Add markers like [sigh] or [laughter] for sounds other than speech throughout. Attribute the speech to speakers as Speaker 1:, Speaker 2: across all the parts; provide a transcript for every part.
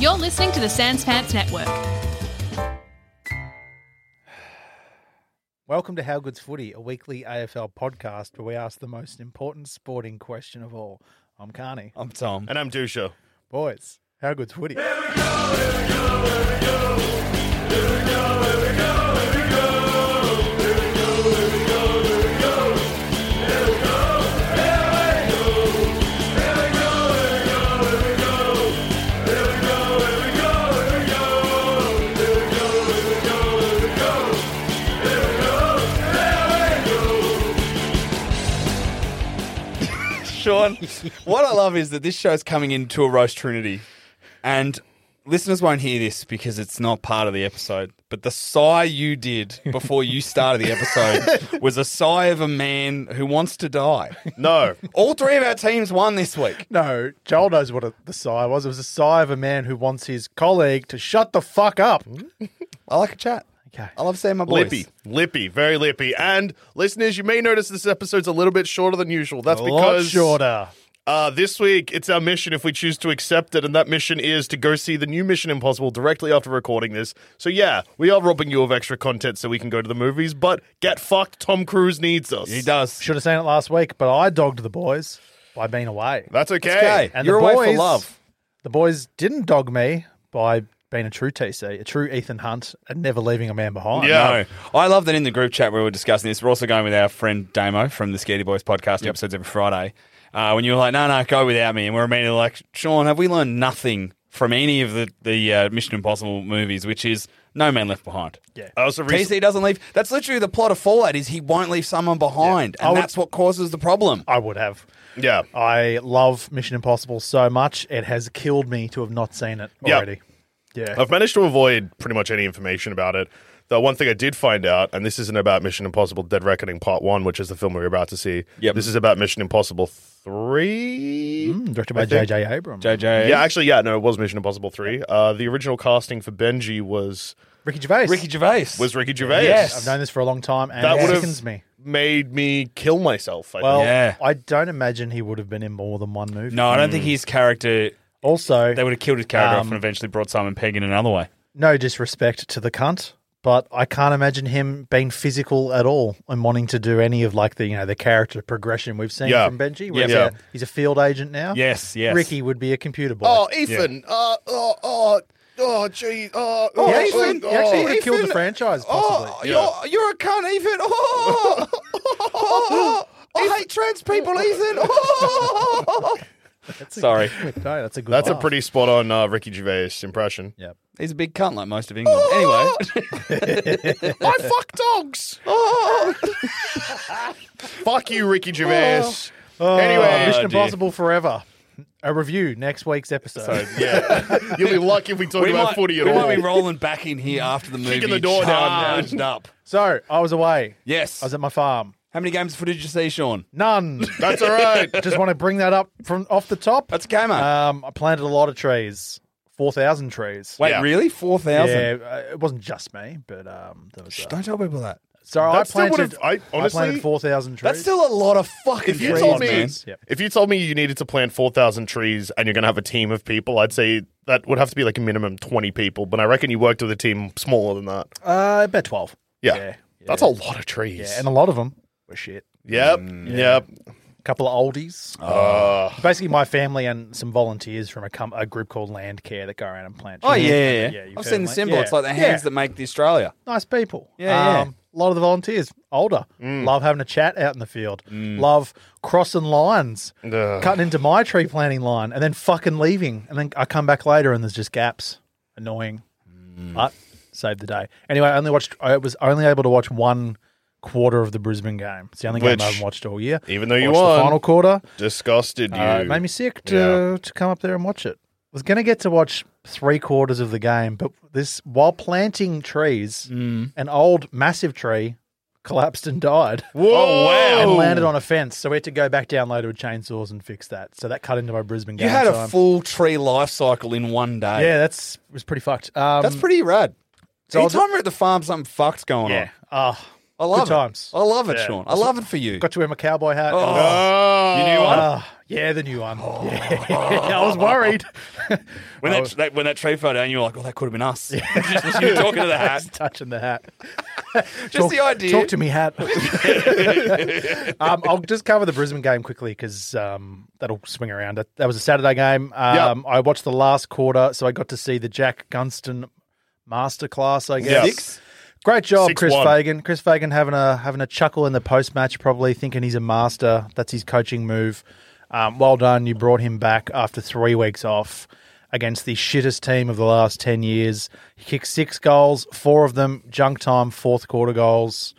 Speaker 1: You're listening to the Sans Pants Network.
Speaker 2: Welcome to How Good's Footy, a weekly AFL podcast where we ask the most important sporting question of all. I'm Carney.
Speaker 3: I'm Tom.
Speaker 4: And I'm Dusha.
Speaker 2: Boys, How Good's Footy?
Speaker 3: Sean, what I love is that this show's coming into a roast trinity. And listeners won't hear this because it's not part of the episode. But the sigh you did before you started the
Speaker 4: [laughs]
Speaker 3: episode was a sigh of a man who wants to die.
Speaker 4: No.
Speaker 3: All three of our teams won this week.
Speaker 2: No, Joel knows what a, the sigh was. It was a sigh of a man who wants his colleague to shut the fuck up.
Speaker 3: I like a chat.
Speaker 2: Okay.
Speaker 3: I love seeing my boys.
Speaker 4: Lippy, lippy, very lippy. And listeners, you may notice this episode's a little bit shorter than usual. That's
Speaker 2: A lot
Speaker 4: because
Speaker 2: shorter.
Speaker 4: Uh, this week it's our mission if we choose to accept it, and that mission is to go see the new Mission Impossible directly after recording this. So yeah, we are robbing you of extra content so we can go to the movies, but get fucked, Tom Cruise needs us.
Speaker 3: He does.
Speaker 2: Should have seen it last week, but I dogged the boys by being away.
Speaker 4: That's okay.
Speaker 3: Okay.
Speaker 2: And
Speaker 3: You're
Speaker 2: the
Speaker 3: away
Speaker 2: boys,
Speaker 3: for love.
Speaker 2: The boys didn't dog me by being a true TC, a true Ethan Hunt, and never leaving a man behind.
Speaker 4: Yeah.
Speaker 3: No. I love that in the group chat we were discussing this. We're also going with our friend Damo from the Scaredy Boys podcast, who episodes every Friday. Uh, when you were like, no, no, go without me. And we're immediately like, Sean, have we learned nothing from any of the, the uh, Mission Impossible movies, which is no man left behind?
Speaker 2: Yeah.
Speaker 4: I also recently
Speaker 3: TC doesn't leave. That's literally the plot of Fallout is he won't leave someone behind.
Speaker 2: I
Speaker 3: And
Speaker 2: would-
Speaker 3: that's what causes the problem.
Speaker 2: I would have.
Speaker 4: Yeah.
Speaker 2: I love Mission Impossible so much. It has killed me to have not seen it
Speaker 4: Yeah.
Speaker 2: already. Yeah.
Speaker 4: I've managed to avoid pretty much any information about it. The one thing I did find out, and this isn't about Mission Impossible Dead Reckoning Part 1, which is the film we were about to see.
Speaker 3: Yep.
Speaker 4: This is about Mission Impossible 3.
Speaker 2: Mm, directed by
Speaker 4: think-
Speaker 2: J.J. Abrams.
Speaker 3: JJ.
Speaker 4: Yeah, actually, yeah, no, it was Mission Impossible 3. Uh, the original casting for Benji was
Speaker 2: Ricky Gervais.
Speaker 3: Ricky Gervais.
Speaker 4: was Ricky Gervais.
Speaker 3: Yes.
Speaker 2: I've known this for a long time and
Speaker 4: That
Speaker 2: it
Speaker 4: would've-
Speaker 2: sickens me.
Speaker 4: Made me kill myself. I
Speaker 2: Well,
Speaker 4: think.
Speaker 3: Yeah.
Speaker 2: I don't imagine he would have been in more than one movie. Mm.
Speaker 3: no, I don't think his character.
Speaker 2: Also,
Speaker 3: They would have killed his character off
Speaker 2: Um,
Speaker 3: and eventually brought Simon Pegg in another way.
Speaker 2: no disrespect to the cunt, but I can't imagine him being physical at all and wanting to do any of like the you know the character progression we've seen
Speaker 4: Yeah.
Speaker 2: from Benji. Where
Speaker 3: Yeah.
Speaker 2: he's,
Speaker 4: Yeah.
Speaker 2: A, he's a field agent now.
Speaker 3: Yes, yes.
Speaker 2: Ricky would be a computer boy.
Speaker 4: Oh, Ethan. Uh, oh, oh, oh, geez. Oh, oh,
Speaker 2: Yeah,
Speaker 4: oh,
Speaker 2: Ethan. He actually would have killed the franchise, possibly.
Speaker 3: Oh, you're, you're a cunt, Ethan. [laughs] Oh, I hate trans people, Ethan. [laughs] Oh. Sorry.
Speaker 2: No, that's a good.
Speaker 4: That's a
Speaker 2: laugh.
Speaker 4: pretty spot on uh, Ricky Gervais
Speaker 3: [laughs]
Speaker 4: impression.
Speaker 2: Yep.
Speaker 3: He's a big cunt like most of [laughs] England. Anyway,
Speaker 4: I fuck dogs.
Speaker 3: Oh.
Speaker 4: [laughs] fuck you, Ricky Gervais.
Speaker 2: Anyway,
Speaker 4: anyway,
Speaker 2: Mission
Speaker 3: oh, dear.
Speaker 2: Impossible Forever. A review next week's episode.
Speaker 3: [laughs]
Speaker 4: yeah, you'll be lucky if we talk
Speaker 3: we,
Speaker 4: about
Speaker 3: might,
Speaker 4: footy at
Speaker 3: we
Speaker 4: all.
Speaker 3: might be rolling back in here
Speaker 5: [laughs]
Speaker 3: after the movie.
Speaker 4: Kicking the door down, man.
Speaker 3: charged up.
Speaker 2: So I was away.
Speaker 3: Yes.
Speaker 2: I was at my farm.
Speaker 3: How many games of footage did you see, Sean?
Speaker 4: [laughs]
Speaker 2: None.
Speaker 4: That's
Speaker 3: [laughs]
Speaker 4: all right.
Speaker 2: Just want to bring that up from off the top.
Speaker 3: That's okay, mate.
Speaker 2: Um, I planted a lot of trees, four thousand trees.
Speaker 3: Wait,
Speaker 4: yeah.
Speaker 3: really? 4,000?
Speaker 2: Yeah, uh, it wasn't just me, but um, there was.
Speaker 3: Shh,
Speaker 2: Uh,
Speaker 3: Don't tell people that.
Speaker 2: so I
Speaker 4: That still would've-
Speaker 2: planted.
Speaker 4: I- honestly,
Speaker 2: planted four thousand trees.
Speaker 3: That's still a lot of fucking
Speaker 4: If you
Speaker 3: trees,
Speaker 4: told me,
Speaker 3: man.
Speaker 2: Yep.
Speaker 4: if you told me you needed to plant four thousand trees and you're going to have a team of people, I'd say that would have to be like a minimum twenty people. But I reckon you worked with a team smaller than that.
Speaker 2: uh, about twelve.
Speaker 4: Yeah,
Speaker 2: Yeah,
Speaker 4: that's a lot of trees.
Speaker 2: Yeah, and a lot of them were shit.
Speaker 4: yep, yep.
Speaker 2: couple of oldies.
Speaker 3: Ah.
Speaker 2: Basically, my family and some volunteers from a, com- a group called Land Care that go around and plant.
Speaker 3: Oh
Speaker 2: trees.
Speaker 3: yeah, yeah.
Speaker 2: Yeah,
Speaker 3: yeah.
Speaker 2: you've heard
Speaker 3: I've seen
Speaker 2: of
Speaker 3: the
Speaker 2: Land-
Speaker 3: symbol.
Speaker 2: yeah.
Speaker 3: It's like the hands
Speaker 2: Yeah.
Speaker 3: that make the Australia.
Speaker 2: nice people.
Speaker 3: Yeah, Mm.
Speaker 2: A lot of the volunteers, older, love having a chat out in the field, love crossing lines, cutting into my tree planting line, and then fucking leaving. And then I come back later and there's just gaps. Annoying.
Speaker 3: Mm.
Speaker 2: But saved the day. Anyway, I only watched, I was only able to watch one quarter of the Brisbane game. It's the only
Speaker 4: Which,
Speaker 2: game I haven't watched all year.
Speaker 4: even though you
Speaker 2: Watched
Speaker 4: won.
Speaker 2: the final quarter.
Speaker 4: Disgusted you.
Speaker 2: Uh, it made me sick to
Speaker 4: Yeah.
Speaker 2: to come up there and watch it. Was going to get to watch three quarters of the game, but this while planting trees,
Speaker 3: Mm.
Speaker 2: an old massive tree collapsed and died.
Speaker 3: [laughs]
Speaker 4: Whoa!
Speaker 3: Oh,
Speaker 2: And
Speaker 4: wow.
Speaker 2: landed on a fence, so we had to go back down later with chainsaws and fix that. So that cut into my Brisbane game.
Speaker 3: You had a
Speaker 2: time.
Speaker 3: full tree life cycle in one day.
Speaker 2: yeah. That's was pretty fucked. Um,
Speaker 3: that's pretty rad.
Speaker 2: so I'll
Speaker 3: Anytime we're at the farm, something fucked's going
Speaker 2: yeah.
Speaker 3: on.
Speaker 2: Oh,
Speaker 3: I love
Speaker 2: good
Speaker 3: it.
Speaker 2: times.
Speaker 3: I love it, Sean. I love it for you.
Speaker 2: got to wear my cowboy hat.
Speaker 4: Oh.
Speaker 5: You knew one?
Speaker 2: Ah, yeah, the new one.
Speaker 3: Oh.
Speaker 2: [laughs] Yeah. I was worried.
Speaker 5: When that, that when that tree fell down, you were like, "Oh, that could have been us." [laughs] just, you were talking to the hat.
Speaker 2: touching the hat.
Speaker 3: [laughs] Just the idea.
Speaker 2: Talk to me,
Speaker 3: [laughs]
Speaker 2: hat. um, I'll just cover the Brisbane game quickly because um, that'll swing around. That, that was a Saturday game. Um, I watched the last quarter, so I got to see the Jack Gunston masterclass. I guess.
Speaker 3: Six?
Speaker 2: Great job,
Speaker 4: Six
Speaker 2: Chris
Speaker 4: one.
Speaker 2: Fagan. Chris Fagan having a having a chuckle in the post match, probably thinking he's a master. That's his coaching move. Um, well done. You brought him back after three weeks off against the shittest team of the last ten years. He kicked six goals, four of them junk time, fourth quarter goals.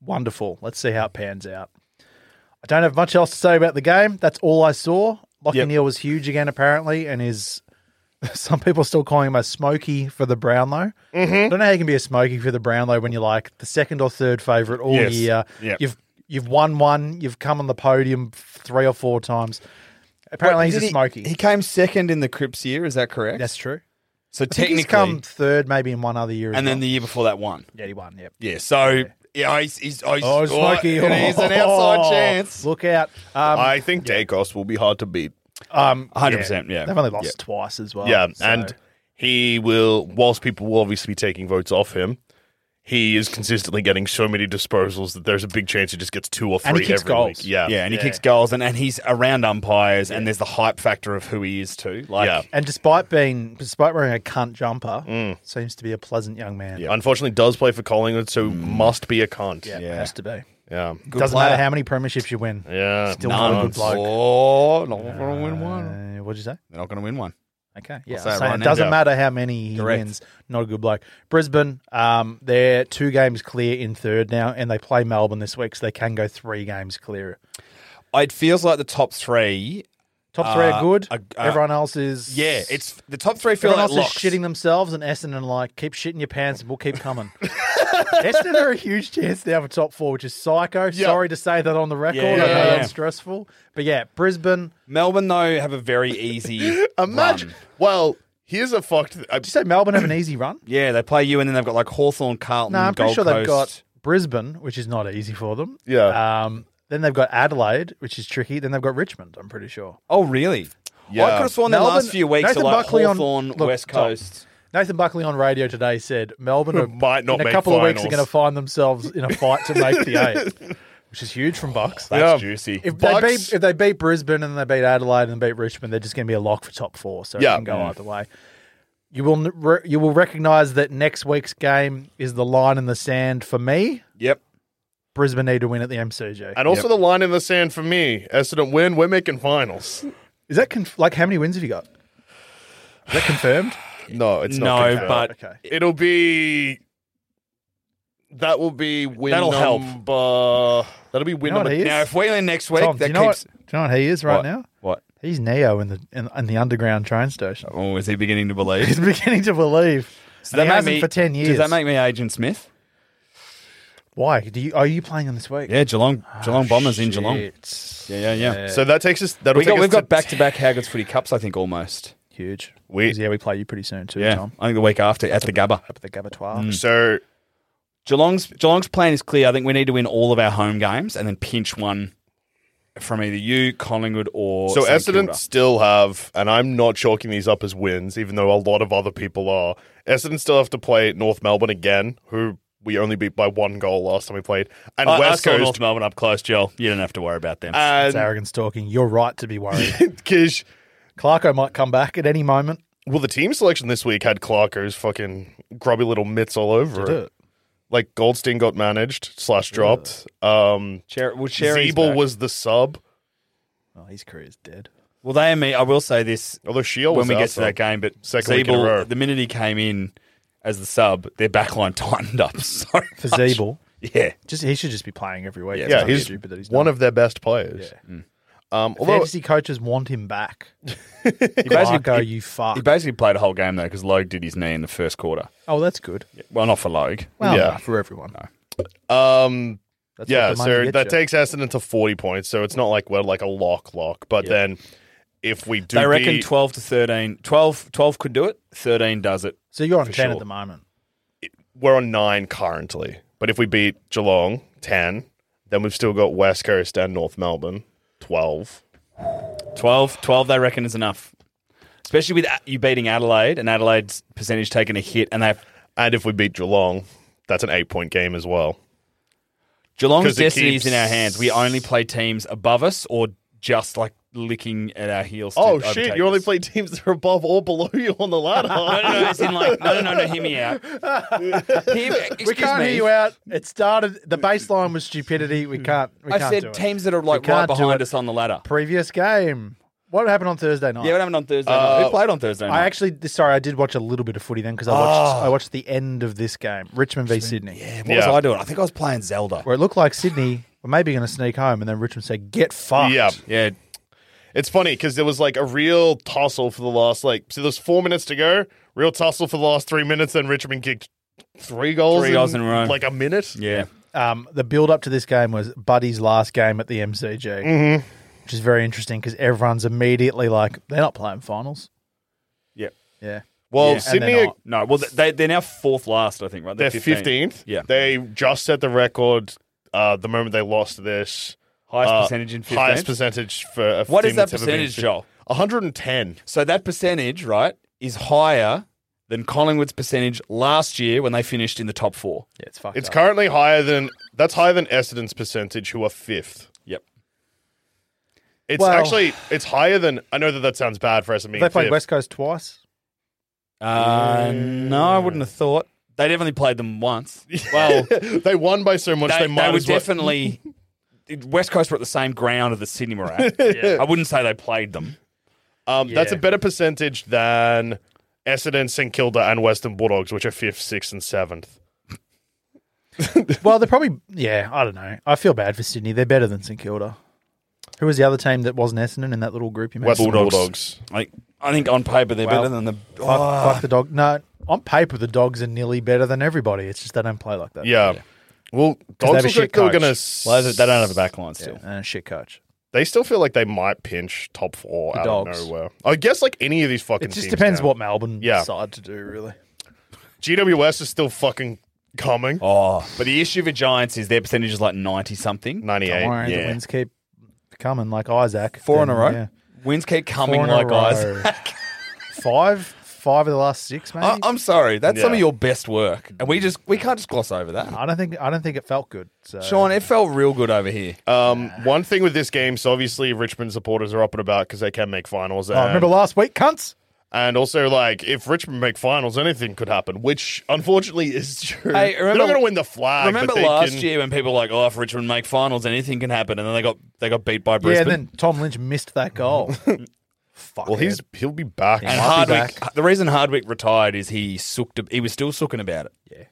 Speaker 2: Wonderful. Let's see how it pans out. I don't have much else to say about the game. That's all I saw. Lockie Neal was huge again, apparently, and is [laughs] some people are still calling him a smoky for the Brownlow. Mm-hmm. I don't know how you can be a smoky for the Brownlow when you're like the second or third favorite all
Speaker 4: Yes.
Speaker 2: year.
Speaker 4: Yep.
Speaker 2: You've you've won one. You've come on the podium three or four times. Apparently, he's
Speaker 3: Did
Speaker 2: a
Speaker 3: he-
Speaker 2: smoky.
Speaker 3: He came second in the Crips year. Is that correct?
Speaker 2: That's true.
Speaker 3: So
Speaker 2: I think
Speaker 3: technically,
Speaker 2: he's come third, maybe in one other year. as
Speaker 3: and then
Speaker 2: well.
Speaker 3: the year before that one.
Speaker 2: yeah, he won. Yep.
Speaker 3: Yeah. So yeah, he's he's, he's,
Speaker 2: Oh, smoky!
Speaker 3: and he's an outside
Speaker 2: [laughs] Oh,
Speaker 3: chance.
Speaker 2: Look out! Um,
Speaker 4: I think Dacos will be hard to beat.
Speaker 2: um,
Speaker 3: One hundred percent. Yeah.
Speaker 2: they've only lost twice as well.
Speaker 4: yeah,
Speaker 2: Oh, so-
Speaker 4: and he will. Whilst people will obviously be taking votes off him, he is consistently getting so many disposals that there's a big chance he just gets two or three
Speaker 2: And he kicks
Speaker 4: every
Speaker 2: goals.
Speaker 4: week. Yeah,
Speaker 3: Yeah, and he kicks goals, and, and he's around umpires, and there's the hype factor of who he is too. Like,
Speaker 4: Yeah.
Speaker 2: And despite being, despite wearing a cunt jumper,
Speaker 3: Mm.
Speaker 2: seems to be a pleasant young man.
Speaker 4: Yeah. Unfortunately, does play for Collingwood, so must be a cunt.
Speaker 2: yeah. has to be.
Speaker 4: yeah,
Speaker 3: good
Speaker 2: Doesn't
Speaker 3: player.
Speaker 2: matter how many premierships you win.
Speaker 4: Yeah.
Speaker 2: still
Speaker 4: None.
Speaker 2: not a good bloke.
Speaker 3: Oh, not gonna win one.
Speaker 2: Uh, what'd you say?
Speaker 3: They're not gonna win one.
Speaker 2: Okay, yeah.
Speaker 3: I'll say
Speaker 2: I'm
Speaker 3: it right
Speaker 2: saying it
Speaker 3: now.
Speaker 2: doesn't
Speaker 4: Yeah.
Speaker 2: matter how many he
Speaker 3: Correct.
Speaker 2: wins. Not a good bloke. Brisbane, um, they're two games clear in third now, and they play Melbourne this week, so they can go three games clear.
Speaker 3: It feels like the top three.
Speaker 2: Top three
Speaker 3: Uh,
Speaker 2: are good.
Speaker 3: uh, uh,
Speaker 2: Everyone else is
Speaker 3: Yeah, it's the top three. Feel
Speaker 2: Everyone
Speaker 3: like
Speaker 2: else
Speaker 3: locks.
Speaker 2: is shitting themselves and Essendon are like, keep shitting your pants and we'll keep coming. Essendon are a huge chance now for top four, which is psycho. Sorry to say that on the record. I know
Speaker 3: yeah, yeah.
Speaker 2: that's stressful. But yeah, Brisbane.
Speaker 3: Melbourne though have a very
Speaker 2: [laughs]
Speaker 3: easy
Speaker 2: Um,
Speaker 4: Imagine.
Speaker 3: run.
Speaker 4: Well, here's a fucked. Th- I-
Speaker 2: Did you say Melbourne have an easy run?
Speaker 3: Yeah, they play you, and then they've got like Hawthorn, Carlton,
Speaker 2: No, I'm pretty
Speaker 3: Gold
Speaker 2: sure they've got
Speaker 3: Coast.
Speaker 2: Brisbane, which is not easy for them.
Speaker 4: Yeah.
Speaker 2: Um, then they've got Adelaide, which is tricky. Then they've got Richmond, I'm pretty sure.
Speaker 3: Oh, really?
Speaker 4: Yeah.
Speaker 3: I could have sworn the
Speaker 2: Melbourne-
Speaker 3: last few weeks
Speaker 2: Nathan
Speaker 3: are like
Speaker 2: Buckley on-
Speaker 3: Hawthorn,
Speaker 2: look,
Speaker 3: West
Speaker 2: Tom.
Speaker 3: Coast.
Speaker 2: Nathan Buckley on radio today said Melbourne are,
Speaker 4: [laughs] Might not
Speaker 2: in a
Speaker 4: make
Speaker 2: couple of weeks are
Speaker 4: finals.
Speaker 2: going to find themselves in a fight to make the
Speaker 4: [laughs]
Speaker 2: eight, which is huge from Bucks.
Speaker 4: That's
Speaker 2: Yeah.
Speaker 4: juicy.
Speaker 2: If
Speaker 4: Bucks-
Speaker 2: they beat if they beat Brisbane and they beat Adelaide and they beat Richmond, they're just going to be a lock for top four. So
Speaker 4: Yeah.
Speaker 2: it can go
Speaker 4: Mm.
Speaker 2: either way. You will n- re- you will recognise that next week's game is the line in the sand for me.
Speaker 3: Yep.
Speaker 2: Brisbane need to win at the MCG.
Speaker 4: and also the line in the sand for me. Essendon win. We're making finals.
Speaker 2: Is that conf- like how many wins have you got? Is that confirmed?
Speaker 4: No, it's
Speaker 3: [sighs] No,
Speaker 4: not confirmed.
Speaker 3: but
Speaker 2: okay.
Speaker 4: it'll be. That will be win
Speaker 3: That'll help.
Speaker 4: number. That'll be
Speaker 2: You
Speaker 4: win
Speaker 2: know
Speaker 4: number
Speaker 2: what he is?
Speaker 3: now if we win next week,
Speaker 2: Tom, do
Speaker 3: that
Speaker 2: you, know
Speaker 3: keeps
Speaker 2: what, do you know what he is right
Speaker 3: What?
Speaker 2: now?
Speaker 3: what?
Speaker 2: He's Neo in the in, in the underground train station. [laughs]
Speaker 3: Oh, is he beginning to
Speaker 2: He's
Speaker 3: believe?
Speaker 2: beginning to believe.
Speaker 3: Does
Speaker 2: And
Speaker 3: that
Speaker 2: he
Speaker 3: make
Speaker 2: hasn't
Speaker 3: me-
Speaker 2: for ten years.
Speaker 3: Does that make me Agent Smith?
Speaker 2: why? Do you are you playing on this week? Ah,
Speaker 3: Yeah, Geelong, Geelong Bombers in Geelong. Yeah,
Speaker 2: Shit.
Speaker 3: yeah, yeah.
Speaker 4: So that takes us. That'll
Speaker 3: Ah, We
Speaker 4: take
Speaker 3: got,
Speaker 4: us
Speaker 3: we've
Speaker 4: to
Speaker 3: got back to back Haggard's Footy Cups, I think, almost.
Speaker 2: Huge.
Speaker 4: We-
Speaker 2: 'Cause, yeah, we play you pretty soon too,
Speaker 3: Yeah,
Speaker 2: Tom.
Speaker 3: I think the week after at the Gabba.
Speaker 2: Up at the Gabatoir.
Speaker 4: Hmm.
Speaker 3: Mm.
Speaker 4: So
Speaker 3: Geelong's Geelong's plan is clear. I think we need to win all of our home games and then pinch one from either you, Collingwood, or
Speaker 4: So
Speaker 3: St
Speaker 4: Essendon
Speaker 3: Kilda.
Speaker 4: still have, and I'm not chalking these up as wins, even though a lot of other people are. Essendon still have to play North Melbourne again, who we only beat by one goal last time we played. And
Speaker 3: I,
Speaker 4: West
Speaker 3: I saw North
Speaker 4: Coast
Speaker 3: Melbourne up close, Joel. You don't have to worry about them.
Speaker 2: It's
Speaker 4: and
Speaker 2: arrogance talking. You're right to be worried. [laughs]
Speaker 4: [laughs] Kish.
Speaker 2: Clarko might come back at any moment.
Speaker 4: Well, the team selection this week had Clarko's fucking grubby little mitts all over it. Like Goldstein got managed slash dropped. Um,
Speaker 3: Cher- well, Cherry's
Speaker 4: Zeeble
Speaker 3: back.
Speaker 4: was the sub.
Speaker 2: Oh, his career's dead.
Speaker 3: Well, they and me. I will say this
Speaker 4: Although Shield
Speaker 3: when
Speaker 4: was
Speaker 3: we
Speaker 4: out,
Speaker 3: get to
Speaker 4: though.
Speaker 3: that game, but
Speaker 4: Second week in a row.
Speaker 3: Zeeble, the minute he came in as the sub, their backline [laughs] tightened up so
Speaker 2: For
Speaker 3: much.
Speaker 2: Zeeble.
Speaker 3: Yeah,
Speaker 2: Just he should just be playing every week. It's
Speaker 4: Yeah,
Speaker 2: kinda
Speaker 4: he's
Speaker 2: stupid that he's
Speaker 4: one
Speaker 2: not.
Speaker 4: of their best players.
Speaker 3: Mm.
Speaker 4: Um, although
Speaker 2: fantasy coaches want him
Speaker 4: [laughs]
Speaker 2: back.
Speaker 3: he basically,
Speaker 2: Clarko,
Speaker 3: he,
Speaker 2: you fuck.
Speaker 3: he basically played a whole game though because Logue did his knee in the first quarter.
Speaker 2: oh, that's good.
Speaker 3: Well, not for Logue.
Speaker 2: Well,
Speaker 4: Yeah.
Speaker 2: no, for everyone.
Speaker 4: Um,
Speaker 2: That's
Speaker 4: yeah,
Speaker 2: what the money
Speaker 4: so
Speaker 2: gets
Speaker 4: that
Speaker 2: you.
Speaker 4: takes Essendon to 40 points, so it's not like we're like a lock lock. But then if we do
Speaker 3: they reckon
Speaker 4: beat-
Speaker 3: 12 to 13. 12, 12 could do it. 13 does it.
Speaker 2: So you're on ten
Speaker 3: sure.
Speaker 2: at the moment.
Speaker 4: we're on 9 currently. But if we beat Geelong 10, then we've still got West Coast and North Melbourne 12.
Speaker 3: 12, 12 they reckon is enough. Especially with A- you beating Adelaide and Adelaide's percentage taking a hit and they've
Speaker 4: And if we beat Geelong, that's an 8 point game as well.
Speaker 3: Geelong's
Speaker 4: 'Cause it
Speaker 3: destiny is in our
Speaker 4: keeps-
Speaker 3: hands. We only play teams above us or just like licking at our heels. to
Speaker 4: Oh shit,
Speaker 3: overtake
Speaker 4: you only
Speaker 3: us.
Speaker 4: play teams that are above or below you
Speaker 3: [laughs]
Speaker 4: on the
Speaker 3: No,
Speaker 4: ladder.
Speaker 3: no, no. It's in like no, no, no, no. Hear me
Speaker 2: [laughs]
Speaker 3: out. Hear me- excuse
Speaker 2: We can't
Speaker 3: me.
Speaker 2: hear you out. It started.
Speaker 4: [laughs]
Speaker 2: The baseline was stupidity. We can't. We
Speaker 3: I
Speaker 2: can't do
Speaker 3: said
Speaker 2: it.
Speaker 3: teams that are like
Speaker 2: can't
Speaker 3: right
Speaker 2: do
Speaker 3: behind
Speaker 2: it.
Speaker 3: us on the ladder.
Speaker 2: Previous game. What happened on Thursday night?
Speaker 3: Yeah, what happened on Thursday? night? Who played on Thursday? Night?
Speaker 2: Uh, I actually sorry, I did watch a little bit of footy then because I watched I watched the end of this game, Richmond v Sydney,
Speaker 3: Ah. Yeah, what
Speaker 4: [laughs] Yeah.
Speaker 3: was I doing? I think I was playing Zelda.
Speaker 2: where it looked like Sydney were maybe going to sneak home, and then Richmond said, "Get fucked."
Speaker 4: yeah.
Speaker 3: Yeah,
Speaker 4: It's funny because there was like a real tussle for the last like so there's four minutes to go, real tussle for the last three minutes, and Richmond kicked three goals,
Speaker 3: Three goals in a row.
Speaker 4: like a minute.
Speaker 3: yeah.
Speaker 2: Um, the build up to this game was Buddy's last game at the MCG,
Speaker 4: Mm-hmm.
Speaker 2: which is very interesting because everyone's immediately like, "They're not playing finals."
Speaker 3: Yeah.
Speaker 2: Yeah,
Speaker 4: Well,
Speaker 3: Yeah.
Speaker 4: Sydney
Speaker 2: And they're
Speaker 4: they're,
Speaker 2: not.
Speaker 3: No, well, they, they're now fourth last, I think, right?
Speaker 4: 15th.
Speaker 3: Yeah.
Speaker 4: they just set the record uh, the moment they lost this
Speaker 3: Highest
Speaker 4: uh,
Speaker 3: percentage in 15th.
Speaker 4: highest percentage for a
Speaker 3: What is
Speaker 4: team
Speaker 3: that
Speaker 4: that's ever been
Speaker 3: percentage,
Speaker 4: to-
Speaker 3: Joel?
Speaker 4: 110.
Speaker 3: So that percentage, right, is higher than Collingwood's percentage last year when they finished in the top four.
Speaker 2: yeah, it's fucked.
Speaker 4: It's
Speaker 2: up.
Speaker 4: currently higher than that's higher than Essendon's percentage, who are fifth.
Speaker 3: Yep.
Speaker 4: It's
Speaker 2: Well-
Speaker 4: actually it's higher than I know that that sounds bad for us. I mean,
Speaker 2: they played
Speaker 4: fifth.
Speaker 2: West Coast twice.
Speaker 3: Uh, no, I wouldn't have thought. They definitely played them [laughs] once. Well, they,
Speaker 4: they won by so much. They,
Speaker 3: they,
Speaker 4: might
Speaker 3: were
Speaker 4: as
Speaker 3: [laughs]
Speaker 4: well-
Speaker 3: definitely. West Coast were at the same ground that Sydney were [laughs] at. I wouldn't say they played them.
Speaker 4: Um, That's a
Speaker 2: Yeah.
Speaker 4: better percentage than Essendon, St Kilda, and Western Bulldogs, which are fifth, sixth, and seventh.
Speaker 2: Well, they're probably yeah. I don't know. I feel bad for Sydney. They're better than St Kilda. Who was the other team that wasn't Essendon in that little group you mentioned?
Speaker 4: Western Bulldogs.
Speaker 3: Like, I think on paper they're
Speaker 2: Well,
Speaker 3: better than the.
Speaker 2: Fuck, fuck the dog. No, on paper the dogs are nearly better than everybody. It's just they don't play like that.
Speaker 4: Yeah. Well,
Speaker 2: have
Speaker 4: Dogs
Speaker 2: a
Speaker 4: look
Speaker 2: shit
Speaker 4: like they're
Speaker 2: coach.
Speaker 4: gonna.
Speaker 3: Well, they don't have a back line still.
Speaker 2: and a eh, shit coach.
Speaker 4: They still feel like they might pinch top four
Speaker 2: The
Speaker 4: out
Speaker 2: Dogs.
Speaker 4: of nowhere. I guess like any of these fucking.
Speaker 2: It just
Speaker 4: teams
Speaker 2: depends
Speaker 4: now.
Speaker 2: what Melbourne
Speaker 4: Yeah.
Speaker 2: decide to do, really.
Speaker 4: GWS is still fucking coming.
Speaker 3: Oh, but the issue for Giants is their percentage is like ninety something.
Speaker 2: Don't
Speaker 4: [laughs] Ninety-eight.
Speaker 2: worry, the
Speaker 3: yeah.
Speaker 2: wins keep coming like Isaac.
Speaker 3: Four in
Speaker 2: then,
Speaker 3: a row.
Speaker 2: yeah.
Speaker 3: Wins keep coming
Speaker 2: Four in a
Speaker 3: like eyes.
Speaker 2: row. [laughs] Five, five of the last six, maybe.
Speaker 3: I,
Speaker 2: I,
Speaker 3: I'm sorry, that's some of
Speaker 4: Yeah.
Speaker 3: your best work, and we just we can't just gloss over that.
Speaker 2: don't think. I don't think it felt good. So.
Speaker 3: Sean, it felt real good over here.
Speaker 4: Um, one thing with this game, so obviously Richmond supporters are up and about because they can make finals.
Speaker 2: Oh,
Speaker 4: and-
Speaker 2: remember last week, cunts.
Speaker 4: And also, like, if Richmond make finals, anything could happen, which unfortunately is [laughs] true.
Speaker 3: Hey,
Speaker 4: They're
Speaker 3: remember-
Speaker 4: not going to win the flag. but
Speaker 3: Remember
Speaker 4: they
Speaker 3: last
Speaker 4: can-
Speaker 3: year when people were like, "Oh, if Richmond make finals, anything can happen," and then they got they got beat by
Speaker 2: Yeah,
Speaker 3: Brisbane.
Speaker 2: and then Tom Lynch missed that
Speaker 3: [laughs]
Speaker 2: goal. Fuck.
Speaker 4: Well, he's he'll be back.
Speaker 3: And
Speaker 2: Might be
Speaker 3: Hardwick, the reason Hardwick retired is he sooked. He was still sooking about it.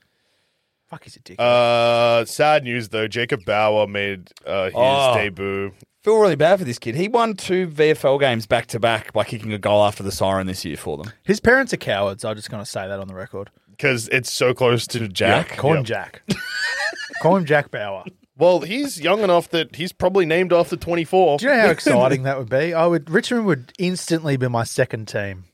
Speaker 2: fuck. He's a dick.
Speaker 4: Uh, sad news though. Jacob Bauer made uh, his
Speaker 3: Oh.
Speaker 4: debut.
Speaker 3: Feel really bad for this kid. He won two VFL games back to back by kicking a goal after the siren this year for them.
Speaker 2: His parents are cowards. I'm just going to say that on the record.
Speaker 4: because it's so close to Jack.
Speaker 2: Call him
Speaker 4: Yep.
Speaker 2: Jack. Call him Jack Bauer.
Speaker 4: Well, he's young enough that he's probably named after 24.
Speaker 2: Do you know how exciting that would be? I would. Richmond would instantly be my second team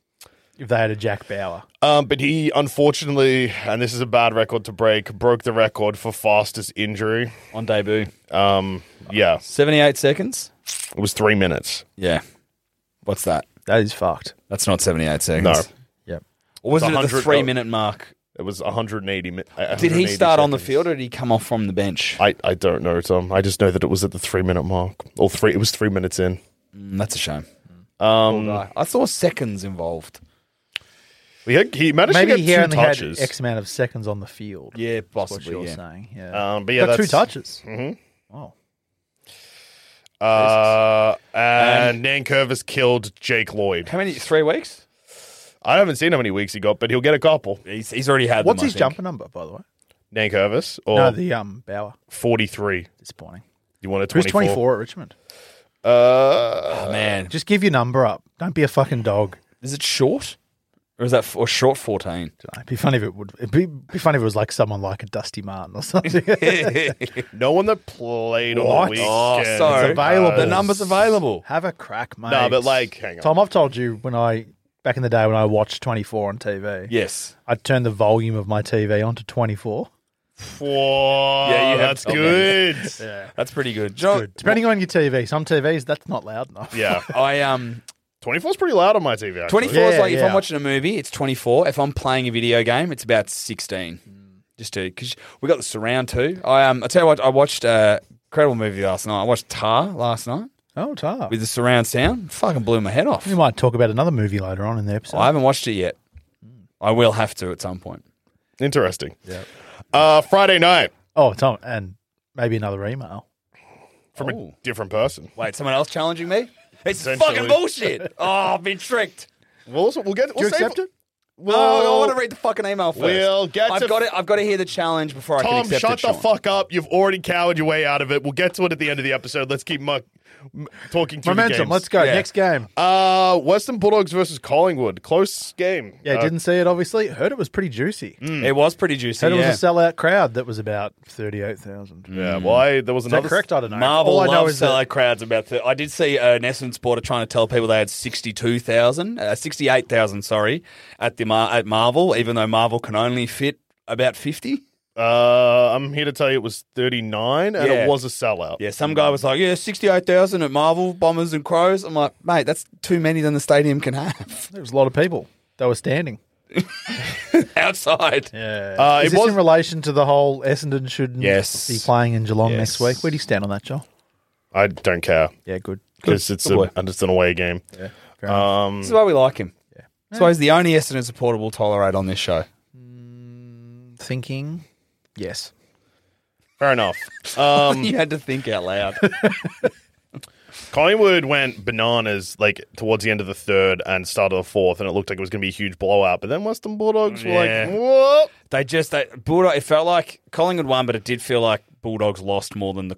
Speaker 2: if they had a Jack Bauer.
Speaker 4: Um, but he unfortunately, and this is a bad record to break, broke the record for fastest injury.
Speaker 3: on debut.
Speaker 4: Um, yeah,
Speaker 3: 78 seconds?
Speaker 4: it was three minutes.
Speaker 3: Yeah. What's that?
Speaker 2: That is fucked.
Speaker 3: That's not 78
Speaker 4: No,
Speaker 3: seconds. Or was
Speaker 4: It's
Speaker 3: it at the
Speaker 4: 100
Speaker 3: three minute mark
Speaker 4: It was 180. mi-
Speaker 3: Did
Speaker 4: 180
Speaker 3: he start on the
Speaker 4: seconds.
Speaker 3: field or did he come off from the bench?
Speaker 4: I, I don't know, Tom. I just know that it was at the three minute mark. Or three. It was three minutes in.
Speaker 3: Mm, that's a shame.
Speaker 4: Um,
Speaker 3: I saw seconds involved.
Speaker 4: he, had- he managed
Speaker 2: Maybe
Speaker 4: to get
Speaker 2: he
Speaker 4: two
Speaker 2: only
Speaker 4: touches.
Speaker 2: had X amount of seconds on the field.
Speaker 3: Yeah,
Speaker 2: that's what
Speaker 3: possibly,
Speaker 2: you're
Speaker 3: yeah.
Speaker 2: saying. Yeah,
Speaker 4: um, but yeah,
Speaker 2: got two
Speaker 4: that's-
Speaker 2: touches.
Speaker 4: Mhm.
Speaker 2: Wow.
Speaker 4: Uh, and Nankervis killed Jake Lloyd.
Speaker 3: How many? Three weeks?
Speaker 4: I haven't seen how many weeks he got, but he'll get a couple.
Speaker 3: He's, he's already had.
Speaker 2: What's
Speaker 3: them, I
Speaker 2: his
Speaker 3: think.
Speaker 2: jumper number, by the way?
Speaker 4: Nankervis or
Speaker 2: no, the um Bauer.
Speaker 4: 43.
Speaker 2: Disappointing.
Speaker 4: You want a
Speaker 2: Who's
Speaker 4: 24?
Speaker 2: 24 at Richmond?
Speaker 4: Uh,
Speaker 3: Oh, man,
Speaker 2: Just give your number up. Don't be a fucking dog.
Speaker 3: is it short or is that f- or short fourteen?
Speaker 2: It'd be funny if it would. It'd be, be funny if it was like someone like a Dusty Martin or
Speaker 4: [laughs]
Speaker 2: something. [laughs]
Speaker 4: no one that played on
Speaker 2: What?
Speaker 4: the weekend.
Speaker 3: Oh, sorry.
Speaker 2: It's available.
Speaker 3: The number's available.
Speaker 2: Have a crack, mate.
Speaker 4: No, but like, hang on.
Speaker 2: Tom, I've told you when I back in the day when I watched 24 on TV,
Speaker 3: Yes.
Speaker 2: I turned the volume of my TV onto 24.
Speaker 4: Whoa,
Speaker 3: Yeah, you have
Speaker 4: that's
Speaker 3: told me. [laughs]
Speaker 4: good.
Speaker 3: That's pretty good. Joe,
Speaker 2: Good. Depending on your TV, some TVs that's not loud enough.
Speaker 4: Oh, yeah,
Speaker 3: I um
Speaker 4: 24 is pretty loud on my TV. Actually.
Speaker 3: 24 is
Speaker 2: Yeah,
Speaker 3: like if
Speaker 2: yeah.
Speaker 3: I'm watching a movie, it's 24. If I'm playing a video game, it's about 16. Just to because we got the surround too. I um I tell you what, I watched uh incredible movie last night. I watched Tar last night
Speaker 2: Oh, tar.
Speaker 3: with the surround sound. Fucking blew my head off.
Speaker 2: We might talk about another movie later on in the episode.
Speaker 3: I haven't watched it yet. I will have to at some point.
Speaker 4: Interesting. Yeah. Uh, Friday night
Speaker 2: oh, Tom, and maybe another email.
Speaker 4: from
Speaker 3: Oh.
Speaker 4: a different person.
Speaker 3: Wait, someone else challenging me? It's
Speaker 4: Essentially.
Speaker 3: fucking
Speaker 2: [laughs]
Speaker 3: bullshit. Oh, I've been tricked.
Speaker 4: We'll, we'll get. We'll
Speaker 2: you accept it?
Speaker 4: We'll,
Speaker 3: oh, I want to read the fucking email 1st
Speaker 4: We'll get
Speaker 3: I've
Speaker 4: to-
Speaker 3: got it. I've got to hear the challenge before I can
Speaker 4: Tom,
Speaker 3: accept
Speaker 4: shut
Speaker 3: it.
Speaker 4: the
Speaker 3: Sean.
Speaker 4: fuck up. You've already cowered your way out of it. We'll get to it at the end of the episode. Let's keep muck, m- talking through The
Speaker 2: Momentum.
Speaker 4: games.
Speaker 2: Let's go.
Speaker 3: Yeah.
Speaker 2: Next game.
Speaker 4: Uh, Western Bulldogs versus Collingwood. Close game.
Speaker 2: Yeah,
Speaker 4: Uh,
Speaker 2: didn't see it. Obviously, heard it was pretty juicy.
Speaker 3: It was pretty juicy.
Speaker 2: Heard it
Speaker 3: Mm, yeah.
Speaker 2: was a sellout crowd that was about thirty-eight thousand.
Speaker 4: Yeah, why? There was
Speaker 2: Is that
Speaker 4: another.
Speaker 2: correct? I don't know.
Speaker 3: Marvel
Speaker 2: All I
Speaker 3: loves
Speaker 2: know is
Speaker 3: sellout
Speaker 2: that
Speaker 3: crowds about. Th- I did see uh, an Essence Porter trying to tell people they had sixty-two thousand, uh, sixty-eight thousand, sorry, at the Mar- at Marvel, even though Marvel can only fit about fifty.
Speaker 4: Uh, I'm here to tell you it was 39 and
Speaker 3: Yeah.
Speaker 4: it was a sellout.
Speaker 3: Yeah, some guy was like, "Yeah, sixty-eight thousand at Marvel, Bombers and Crows." I'm like, mate, that's too many than the stadium can have [laughs]
Speaker 2: there was a lot of people that were standing.
Speaker 3: outside.
Speaker 2: Yeah.
Speaker 4: Uh,
Speaker 2: is
Speaker 4: it
Speaker 2: this
Speaker 4: was-
Speaker 2: in relation to the whole Essendon should
Speaker 3: Yes.
Speaker 2: be playing in Geelong
Speaker 3: Yes.
Speaker 2: next week? Where do you stand on that, Joel?
Speaker 4: I don't care
Speaker 2: Yeah, good.
Speaker 4: because it's a,
Speaker 3: boy.
Speaker 4: and it's an away game.
Speaker 2: Fair enough.
Speaker 4: Um,
Speaker 3: This is why we like him. Yeah. So he's the only Essendon supporter we'll tolerate on this show.
Speaker 2: Thinking. Yes.
Speaker 3: [laughs]
Speaker 4: fair enough. Um,
Speaker 3: you had to think out loud.
Speaker 4: Collingwood went bananas like towards the end of the third and started the fourth, and it looked like it was going to be a huge blowout. But then Western Bulldogs
Speaker 3: Yeah.
Speaker 4: were like, "Whoop!"
Speaker 3: [laughs] They just they Bulldog. It felt like Collingwood won, but it did feel like Bulldogs lost more than the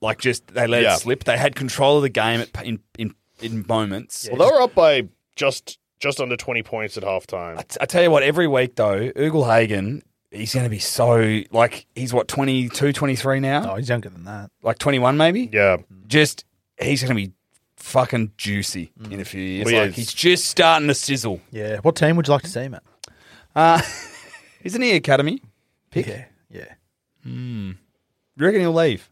Speaker 3: like. Just they let
Speaker 4: Yeah.
Speaker 3: it slip. They had control of the game at, in in in moments.
Speaker 4: Well, they were up by just just under twenty points at
Speaker 3: I
Speaker 4: halftime.
Speaker 3: t- I tell you what, every week though, Ugle Hagen, he's going to be so like he's what 22, 23 now,
Speaker 2: Oh, he's younger than that.
Speaker 3: like twenty one maybe.
Speaker 4: Yeah,
Speaker 3: Just he's going to be fucking juicy in a few years.
Speaker 4: Well, yeah,
Speaker 3: like
Speaker 4: it's-
Speaker 3: he's just starting to sizzle.
Speaker 2: Yeah. What team would you like to see him at?
Speaker 3: Uh, isn't he academy? Pick.
Speaker 2: Yeah. Yeah.
Speaker 3: You reckon he'll leave?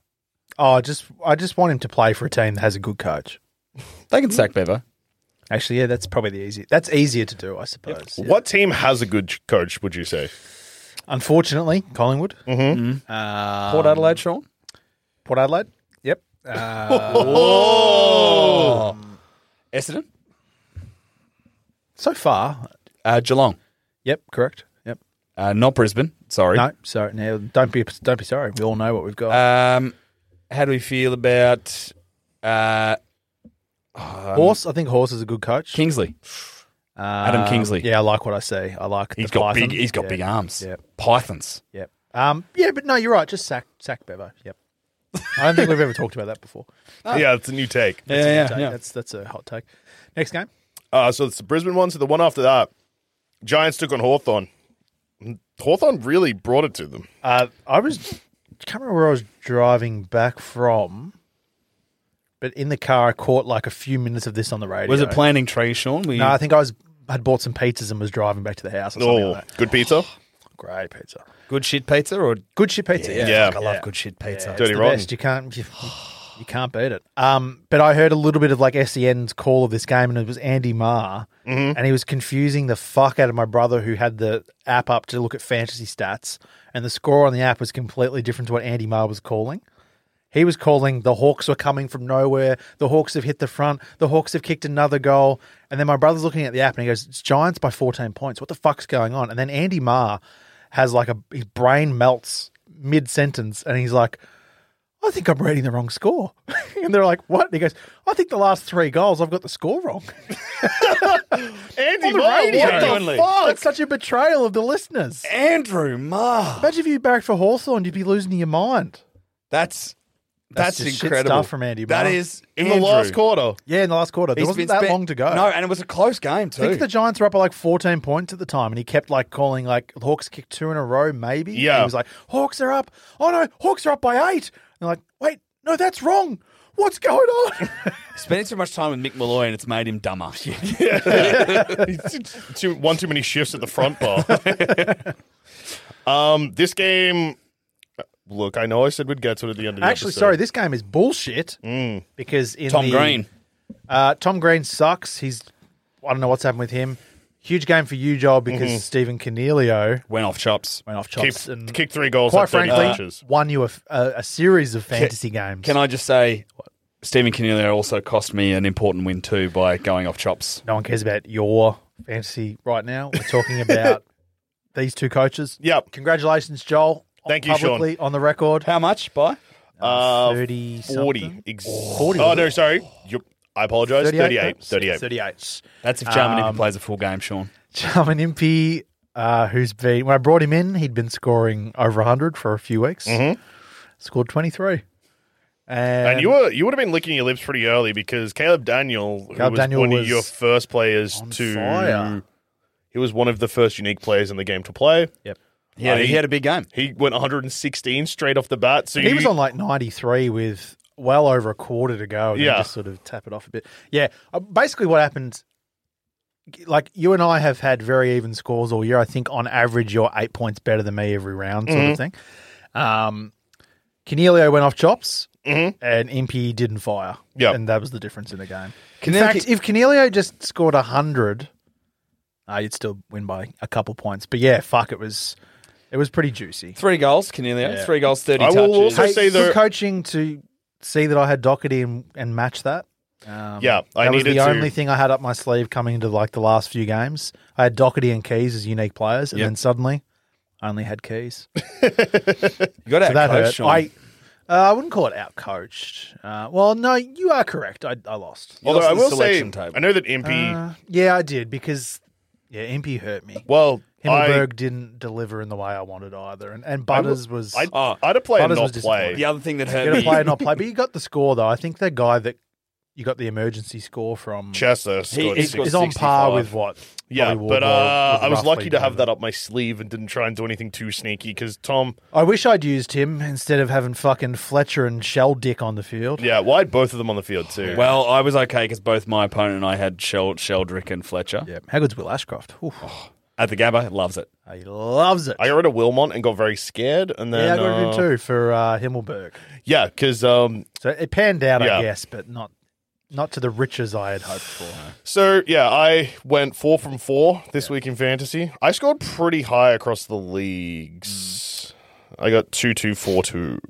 Speaker 2: Oh, I just I just want him to play for a team that has a good coach.
Speaker 3: They can sack Bevo.
Speaker 2: Actually, yeah, that's probably the easy. That's easier to do, I suppose. Yeah.
Speaker 4: what team has a good ch- coach? Would you say?
Speaker 2: Unfortunately, Collingwood,
Speaker 3: Mm-hmm.
Speaker 2: Um,
Speaker 3: Port Adelaide, Sean.
Speaker 2: Port Adelaide. Yep. Uh,
Speaker 3: Essendon.
Speaker 2: so far,
Speaker 3: Uh, Geelong.
Speaker 2: yep, correct. Yep.
Speaker 3: Uh, not Brisbane. Sorry.
Speaker 2: No, sorry. Now, don't be don't be sorry. We all know what we've got.
Speaker 3: Um, how do we feel about uh,
Speaker 2: Horse, I think Horse is a good coach. Um,
Speaker 3: Kingsley? Adam Kingsley.
Speaker 2: Uh, Yeah, I like what I see. I like
Speaker 3: He's
Speaker 2: the
Speaker 3: got
Speaker 2: Python.
Speaker 3: big. He's got
Speaker 2: Yeah.
Speaker 3: big arms.
Speaker 2: Yep.
Speaker 3: Pythons.
Speaker 2: Yep. Um, yeah, but no, you're right. Just sack sack Bevo. Yep.
Speaker 3: [laughs]
Speaker 2: I don't think we've ever talked about that before.
Speaker 4: Yeah, it's a new take.
Speaker 3: Yeah, yeah,
Speaker 2: Take- That's that's a hot take. Next game.
Speaker 4: Uh, so it's the Brisbane one. So the one after that, Giants took on Hawthorn. Hawthorn really brought it to them.
Speaker 2: Uh, I was can't remember where I was driving back from, but in the car I caught like a few minutes of this on the radio.
Speaker 3: Was it planting trees, Sean? We,
Speaker 2: No, I think I was had bought some pizzas and was driving back to the house. Or something
Speaker 4: Oh,
Speaker 2: like that.
Speaker 4: good pizza.
Speaker 2: Great pizza.
Speaker 3: good shit pizza or
Speaker 2: Good shit pizza.
Speaker 3: yeah?
Speaker 4: Yeah.
Speaker 3: Fuck, I love good shit pizza.
Speaker 4: Dirty
Speaker 2: the
Speaker 4: rotten.
Speaker 2: best. You can't. You, You can't beat it. Um, but I heard a little bit of like SEN's call of this game, and it was Andy Marr,
Speaker 4: Mm-hmm.
Speaker 2: and he was confusing the fuck out of my brother who had the app up to look at fantasy stats, and the score on the app was completely different to what Andy Marr was calling. He was calling the Hawks were coming from nowhere. The Hawks have hit the front. The Hawks have kicked another goal. And then my brother's looking at the app and he goes, "It's Giants by 14 points. What the fuck's going on?" And then Andy Marr has like a his brain melts mid sentence, and he's like, "I think I'm reading the wrong score." [laughs] and they're like, "What?" And he goes, "I think the last three goals, I've got the score
Speaker 3: [laughs]
Speaker 2: wrong."
Speaker 4: Andy
Speaker 2: On the radio.
Speaker 4: Murray, what the
Speaker 3: Genuinely.
Speaker 4: fuck?
Speaker 2: That's such a betrayal of the listeners.
Speaker 3: Andrew Ma.
Speaker 2: Imagine if you barracked for Hawthorn, you'd be losing your mind.
Speaker 3: That's
Speaker 2: That's
Speaker 3: that's,
Speaker 2: just shit
Speaker 3: incredible
Speaker 2: stuff from Andy
Speaker 3: That
Speaker 2: Marr.
Speaker 3: is
Speaker 4: In the
Speaker 3: Andrew.
Speaker 4: last quarter.
Speaker 2: Yeah, in the last quarter, there
Speaker 3: He's
Speaker 2: wasn't
Speaker 3: been
Speaker 2: that
Speaker 3: spe-
Speaker 2: long to go.
Speaker 3: No, and it was a close game
Speaker 2: I
Speaker 3: too.
Speaker 2: think the Giants were up by like 14 points at the time, and he kept like calling like the Hawks kicked two in a row, maybe.
Speaker 4: Yeah.
Speaker 2: And he was like, Hawks are up. Oh no, Hawks are up by eight. And like, wait, no, that's wrong. What's going
Speaker 3: [laughs]
Speaker 2: on?
Speaker 3: Spending too much time with Mick Malloy and it's made
Speaker 2: [laughs]
Speaker 3: him dumber.
Speaker 4: too, one too many shifts at the front bar. [laughs] um, this game. Look, I know I said we'd get to it at the end of the
Speaker 2: Actually,
Speaker 4: episode.
Speaker 2: sorry, this game is bullshit because in
Speaker 3: Mm. Tom
Speaker 2: the-
Speaker 3: Green.
Speaker 2: uh, Tom Green sucks. He's I don't know what's happened with him. Huge game for you, Joel,
Speaker 4: Mm-hmm.
Speaker 2: because Stephen Cornelio
Speaker 3: Went off chops.
Speaker 2: went off chops
Speaker 4: Kick,
Speaker 2: and
Speaker 4: kick three goals.
Speaker 2: quite
Speaker 4: at 30
Speaker 2: frankly
Speaker 4: matches.
Speaker 2: won you a, f- a- a series of fantasy games.
Speaker 3: Can I just say, Stephen Canelio also cost me an important win too by going off chops.
Speaker 2: No one cares about your fantasy right now. We're talking
Speaker 4: [laughs]
Speaker 2: about these two coaches.
Speaker 4: Yep.
Speaker 2: Congratulations, Joel.
Speaker 4: Thank you, Sean.
Speaker 2: publicly on the record.
Speaker 3: How much? By
Speaker 4: Uh,
Speaker 2: 30
Speaker 4: 40.
Speaker 2: something?
Speaker 4: Ex-
Speaker 2: 40.
Speaker 4: Oh, no, sorry. Yep. I apologize. 38. 38.
Speaker 2: perhaps? 38.
Speaker 3: that's if Jarman
Speaker 2: Um,
Speaker 3: even plays a full game, Sean.
Speaker 2: Charmin Impey, uh, who's been, when I brought him in, he'd been scoring over 100 for a few weeks. Scored 23. And,
Speaker 4: Mm-hmm. And you were you would have been licking your lips pretty early because Caleb Daniel, who
Speaker 2: Caleb
Speaker 4: was
Speaker 2: Daniel
Speaker 4: one of
Speaker 2: was
Speaker 4: your first players
Speaker 2: on
Speaker 4: to
Speaker 2: fire.
Speaker 4: he was one of the first unique players in the game to play.
Speaker 2: Yep.
Speaker 3: Yeah,
Speaker 4: I-
Speaker 3: he had a big game.
Speaker 4: He went 116 straight off the bat. So
Speaker 2: He
Speaker 4: you-
Speaker 2: was on like 93 with well over a quarter to go. And then
Speaker 4: Yeah.
Speaker 2: Just sort of tap it off a bit. Yeah. uh, Basically, what happened, like you and I have had very even scores all year. I think on average, you're eight points better than me every round,
Speaker 4: Mm-hmm.
Speaker 2: sort of thing. Um, Canelio went off chops
Speaker 4: Mm-hmm.
Speaker 2: and Impey didn't fire.
Speaker 4: Yeah.
Speaker 2: And that was the difference in the game. In
Speaker 3: Canelio-
Speaker 2: fact, if Canelio just scored 100, uh, you'd still win by a couple points. But yeah, fuck, it was. It was pretty juicy.
Speaker 3: Three goals, Canelio.
Speaker 2: Yeah.
Speaker 3: Three goals, thirty
Speaker 4: I will
Speaker 3: touches.
Speaker 4: also-
Speaker 2: Hey,
Speaker 4: say
Speaker 2: good
Speaker 4: there-
Speaker 2: coaching to see that I had Doherty and, and match that. Um,
Speaker 4: Yeah, I
Speaker 2: that was
Speaker 4: needed
Speaker 2: the
Speaker 4: to-
Speaker 2: only thing I had up my sleeve coming into like the last few games. I had Doherty and Keys as unique players, and
Speaker 3: Yep.
Speaker 2: then suddenly I only had Keys. So
Speaker 3: you got to
Speaker 2: that
Speaker 3: coach,
Speaker 2: hurt.
Speaker 3: Sean.
Speaker 2: I uh, I wouldn't call it out coached. Uh, well, no, you are correct. I, I lost.
Speaker 4: although
Speaker 3: lost
Speaker 4: I
Speaker 3: the
Speaker 4: will say
Speaker 3: selection table.
Speaker 4: I know that Impy.
Speaker 2: Uh, yeah, I did because yeah, MP hurt me.
Speaker 4: well, I,
Speaker 2: Himmelberg didn't deliver in the way I wanted either, and and Butters was.
Speaker 4: I
Speaker 3: Oh.
Speaker 4: I'd have played
Speaker 2: Butters
Speaker 4: not
Speaker 2: was
Speaker 4: play.
Speaker 2: disappointing.
Speaker 3: the other thing that
Speaker 2: You
Speaker 3: hurt
Speaker 2: got to
Speaker 3: me.
Speaker 2: play, not play. But you got the score though. I think the guy that you got the emergency score from
Speaker 4: Chester scored
Speaker 3: he
Speaker 4: six-
Speaker 3: scored
Speaker 2: is on
Speaker 3: 65.
Speaker 2: par with what?
Speaker 4: Yeah,
Speaker 2: Probably
Speaker 4: but
Speaker 2: Wardlaw
Speaker 4: uh,
Speaker 2: was
Speaker 4: I was
Speaker 2: roughly
Speaker 4: lucky to have
Speaker 2: doing.
Speaker 4: that up my sleeve and didn't try and do anything too sneaky because Tom.
Speaker 2: I wish I'd used him instead of having fucking Fletcher and Shell Dick on the field.
Speaker 4: Yeah, well, I had both of them on the field too.
Speaker 3: Well, I was okay because both my opponent and I had Shel- Sheldrick and Fletcher
Speaker 2: Yeah, how good's Will Ashcroft? Oof.
Speaker 3: at the Gabba. Loves it.
Speaker 2: He loves it.
Speaker 4: Oh. I got rid of Wilmot and got very scared, and then
Speaker 2: yeah, I got
Speaker 4: uh,
Speaker 2: him too for uh, Himmelberg.
Speaker 4: Yeah, because um,
Speaker 2: So it panned out,
Speaker 4: Yeah.
Speaker 2: I guess, but not not to the riches I had hoped for.
Speaker 4: so yeah, I went four from four this week in fantasy. I scored pretty high across the leagues. I got two two four two.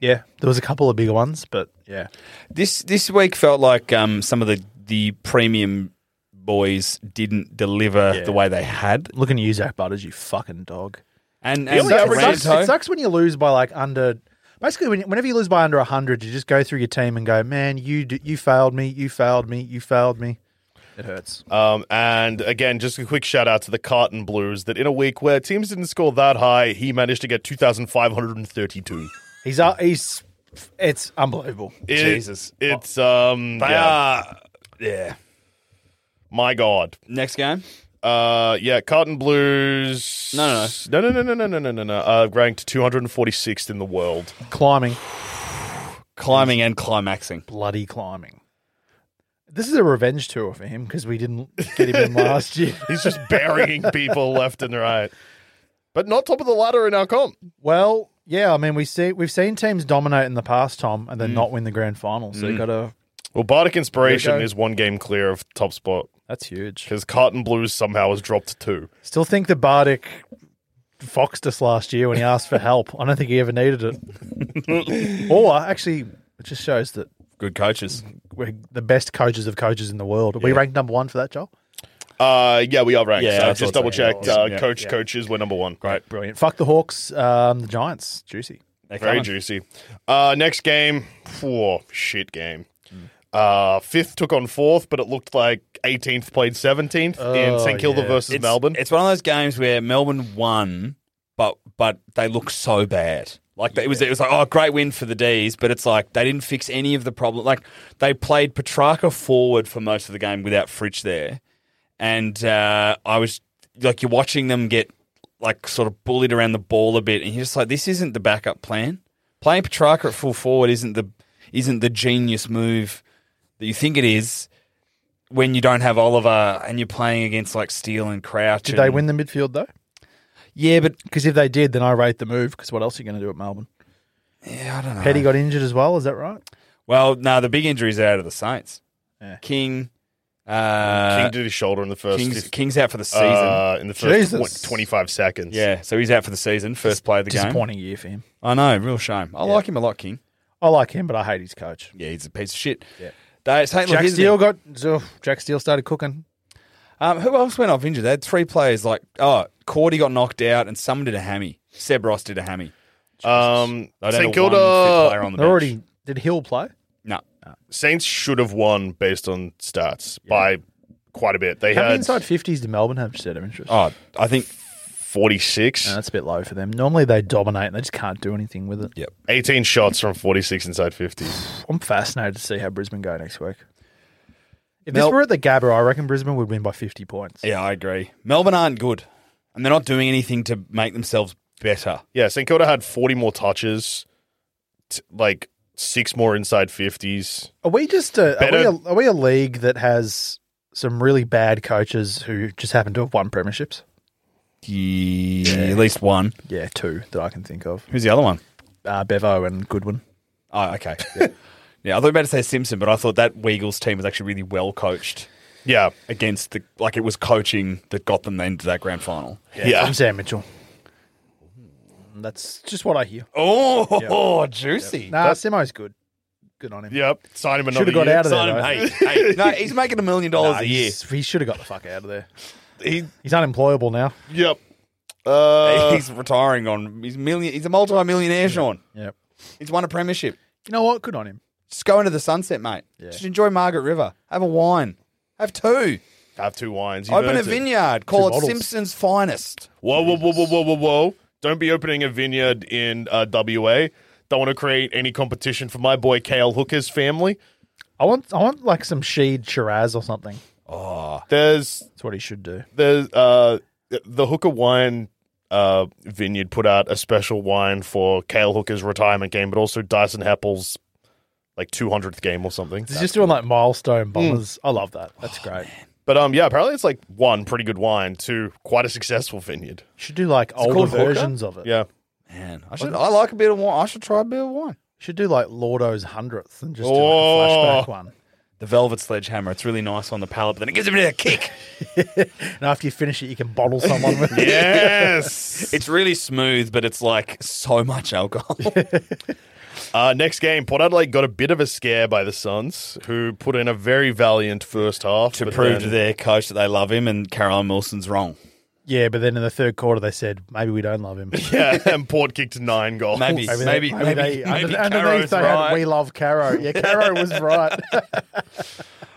Speaker 2: Yeah, there was a couple of big ones, but yeah,
Speaker 3: This this week felt like um, some of the the premium boys didn't deliver the way they had,
Speaker 2: looking at you, Zach Butters, you fucking dog.
Speaker 3: and,
Speaker 4: only
Speaker 3: and
Speaker 4: Yeah,
Speaker 2: It
Speaker 4: average-
Speaker 3: Rando-
Speaker 2: sucks, it sucks when you lose by like under. Basically, when, whenever you lose by under hundred, you just go through your team and go, "Man, you d- you failed me, you failed me, you failed me." Uh, It hurts.
Speaker 4: Um, and again, just a quick shout out to the Carton Blues that in a week where teams didn't score that high, he managed to get two thousand five hundred and thirty two.
Speaker 2: He's uh, he's it's unbelievable.
Speaker 3: Jesus.
Speaker 4: it's um,
Speaker 3: They
Speaker 4: yeah,
Speaker 3: are- yeah.
Speaker 4: my god.
Speaker 3: Next game.
Speaker 4: Uh, yeah, Carton Blues.
Speaker 3: No,
Speaker 4: no, no, no, no, no, no, no, no, no. Uh, ranked two hundred and forty sixth in the world.
Speaker 2: Climbing,
Speaker 3: climbing and climaxing.
Speaker 2: bloody climbing. This is a revenge tour for him because we didn't get him [laughs] in last year.
Speaker 4: He's [laughs] just burying people left and right. But not top of the ladder in our comp.
Speaker 2: Well, Yeah, I mean we see we've seen teams dominate in the past, Tom, and then not win the grand final. So you got to
Speaker 4: Well, Bardic
Speaker 2: There you
Speaker 4: Inspiration
Speaker 2: go.
Speaker 4: is one game clear of top spot
Speaker 2: that's huge.
Speaker 4: because Carton Blues somehow has dropped two.
Speaker 2: Still think the Bardic foxed us last year when he asked for help. I don't think he ever needed it.
Speaker 3: [laughs]
Speaker 2: or actually, it just shows that
Speaker 3: Good coaches.
Speaker 2: we're the best coaches of coaches in the world. Are We ranked number one for that, Joel.
Speaker 4: Uh, yeah, we are ranked.
Speaker 3: Yeah,
Speaker 4: so
Speaker 3: I
Speaker 4: I've just
Speaker 3: thought so.
Speaker 4: double checked. Uh,
Speaker 3: Yeah.
Speaker 4: Coach coaches, we're number one. Great,
Speaker 2: Brilliant. Fuck the Hawks, um, the Giants. Juicy.
Speaker 3: They're
Speaker 4: very
Speaker 3: coming.
Speaker 4: juicy. Uh, next game, Phew, shit game. Uh, fifth took on fourth, but it looked like 18th played 17th in St Kilda
Speaker 2: yeah.
Speaker 4: versus
Speaker 3: it's,
Speaker 4: Melbourne.
Speaker 3: It's one of those games where Melbourne won, but but they look so bad. Like it was, it was like oh, great win for the D's, but it's like they didn't fix any of the problem. Like they played Petrarca forward for most of the game without Fritch there, and uh, I was like, you're watching them get like sort of bullied around the ball a bit, and you're just like, this isn't the backup plan. Playing Petrarca at full forward isn't the isn't the genius move that you think it is when you don't have Oliver and you're playing against like Steele and Crouch.
Speaker 2: Did
Speaker 3: and-
Speaker 2: they win the midfield though?
Speaker 3: Yeah, but
Speaker 2: Because if they did, then I rate the move. Because what else are you going to do at Melbourne?
Speaker 3: yeah, I don't know.
Speaker 2: Petty got injured as well. Is that right?
Speaker 3: Well, no, the big injuries are out of the Saints.
Speaker 2: Yeah.
Speaker 3: King,
Speaker 4: King
Speaker 3: uh,
Speaker 4: did his shoulder in the first
Speaker 3: King's,
Speaker 4: fif-
Speaker 3: King's out for the season.
Speaker 4: uh, in the first
Speaker 2: Jesus.
Speaker 4: what, 25 seconds.
Speaker 3: yeah, so he's out for the season. First play of the game.
Speaker 2: Disappointing year for him.
Speaker 3: I know, real shame. I like him a lot, King.
Speaker 2: I like him, but I hate his coach.
Speaker 3: Yeah, he's a piece of shit. Yeah. They, St.
Speaker 2: Jack Steele got ugh, Jack Steele started cooking.
Speaker 3: Um, who else went off injured? They had three players. Like, oh, Cordy got knocked out, and someone did a hammy. Seb Ross did a hammy.
Speaker 4: Um,
Speaker 3: They don't have one
Speaker 4: St
Speaker 3: fit
Speaker 4: Kilda
Speaker 3: player on the
Speaker 2: They're
Speaker 3: bench.
Speaker 2: already did Hill play?
Speaker 3: no.
Speaker 4: Saints should have won based on stats by quite a bit. They
Speaker 2: How many
Speaker 4: had
Speaker 2: inside fifties did Melbourne have set of interest?
Speaker 3: Oh, I think
Speaker 4: 46,
Speaker 2: No, that's a bit low for them. Normally they dominate and they just can't do anything with it.
Speaker 3: Yeah.
Speaker 4: 18 shots from 46 inside 50.
Speaker 2: I'm fascinated to see how Brisbane go next week. If
Speaker 3: Mel-
Speaker 2: this were at the Gabba, I reckon Brisbane would win by 50 points.
Speaker 3: Yeah, I agree. Melbourne aren't good, and they're not doing anything to make themselves better.
Speaker 4: Yeah, St Kilda had 40 more touches, t- like six more inside 50s.
Speaker 2: Are we just a, are,
Speaker 4: Better-
Speaker 2: we a, are we a league that has some really bad coaches who just happen to have won premierships?
Speaker 3: Yeah, at least one.
Speaker 2: Yeah, two that I can think of.
Speaker 3: Who's the other one?
Speaker 2: Uh, Bevo and Goodwin.
Speaker 3: Oh, okay. [laughs] Yeah. yeah, I thought you were about to say Simpson, but I thought that Weagles team was actually really well coached
Speaker 4: Yeah.
Speaker 3: against the like it was coaching that got them then to that grand final.
Speaker 4: Yeah.
Speaker 2: From Sam Mitchell. That's just what I hear.
Speaker 3: Oh, juicy.
Speaker 2: Nah, Simo's good. Good on him.
Speaker 4: Yep. Sign him another
Speaker 2: Should've got
Speaker 4: year.
Speaker 2: out of there,
Speaker 4: Sign
Speaker 2: though.
Speaker 4: him-
Speaker 3: Hey, hey, [laughs] no, he's making a million dollars
Speaker 2: Nah,
Speaker 3: a year.
Speaker 2: he's- He should have got the fuck out of there.
Speaker 4: He,
Speaker 2: He's unemployable now.
Speaker 4: yep. Uh,
Speaker 3: he's retiring on he's million. He's a multi-millionaire, Sean.
Speaker 2: Yep.
Speaker 3: He's won a premiership.
Speaker 2: You know what? Good on him.
Speaker 3: Just go into the sunset, mate. Just enjoy Margaret River. Have a wine. Have two.
Speaker 4: have two wines. You've
Speaker 3: Open
Speaker 4: earned
Speaker 3: a
Speaker 4: it.
Speaker 3: vineyard. Call it
Speaker 2: bottles.
Speaker 3: Simpson's Finest.
Speaker 4: Whoa, whoa, whoa, whoa, whoa, whoa, whoa. Don't be opening a vineyard in uh, WA. Don't want to create any competition for my boy Kale Hooker's family.
Speaker 2: I want I want like some Sheed Shiraz or something.
Speaker 4: There's
Speaker 2: That's what he should do.
Speaker 4: there's uh the Hooker Wine uh vineyard put out a special wine for Kale Hooker's retirement game, but also Dyson Heppel's like 200th game or something.
Speaker 2: He's just doing like milestone
Speaker 3: Mm.
Speaker 2: bombers. I love that. That's great.
Speaker 4: But um, yeah, apparently it's like one pretty good wine, two quite a successful vineyard.
Speaker 2: Should do like
Speaker 3: called
Speaker 2: older
Speaker 3: Hooker?
Speaker 2: versions of it.
Speaker 4: Yeah,
Speaker 3: Man, I should. I like a bit of wine. I should try a bit of wine.
Speaker 2: Should do like Lordo's hundredth and just do
Speaker 4: Oh.
Speaker 2: like a flashback one.
Speaker 3: The Velvet Sledgehammer. It's really nice on the palate, but then it gives a bit of a kick. [laughs]
Speaker 2: And after you finish it, you can bottle someone with it.
Speaker 4: yes.
Speaker 3: it's really smooth, but it's like so much alcohol.
Speaker 4: [laughs] uh, next game, Port Adelaide got a bit of a scare by the Suns, who put in a very valiant first
Speaker 3: [laughs]
Speaker 4: half
Speaker 3: to
Speaker 4: but
Speaker 3: prove
Speaker 4: then-
Speaker 3: to their coach that they love him, and Caroline Wilson's wrong.
Speaker 2: Yeah, but then in the third quarter they said maybe we don't
Speaker 3: [laughs]
Speaker 2: love him.
Speaker 4: [laughs] yeah, and Port kicked nine goals.
Speaker 3: Maybe,
Speaker 2: Maybe,
Speaker 3: maybe,
Speaker 2: they,
Speaker 3: maybe,
Speaker 2: they- under-
Speaker 3: maybe, Caro's
Speaker 2: underneath they
Speaker 3: right.
Speaker 2: had we love Caro. Yeah, Caro
Speaker 3: [laughs]
Speaker 2: was right.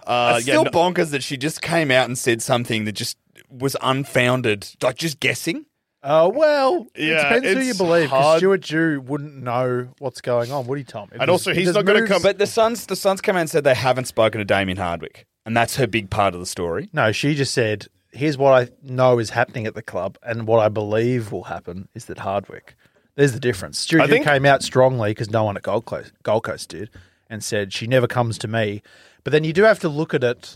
Speaker 4: Uh,
Speaker 3: It's
Speaker 4: yeah,
Speaker 3: still
Speaker 4: no-
Speaker 3: bonkers that she just came out and said something that just was unfounded, like just guessing.
Speaker 2: Uh, well, it
Speaker 4: Yeah,
Speaker 2: depends who you
Speaker 4: it's
Speaker 2: believe.
Speaker 4: hard.
Speaker 2: Because Stuart Jew wouldn't know what's going on, would he, Tom? If
Speaker 4: And
Speaker 2: his-
Speaker 4: also
Speaker 2: if
Speaker 4: he's
Speaker 2: his
Speaker 4: not gonna
Speaker 2: moves-
Speaker 4: come-
Speaker 3: But the Suns, the Suns came out and said they haven't spoken to Damien Hardwick, and that's her big part of the story.
Speaker 2: No, she just said, "Here's what I know is happening at the club, and what I believe will happen is that Hardwick." There's the difference.
Speaker 4: I
Speaker 2: Stuart
Speaker 4: think-
Speaker 2: came out strongly because no one at Gold Coast, Gold Coast did, and said she never comes to me. But then you do have to look at it.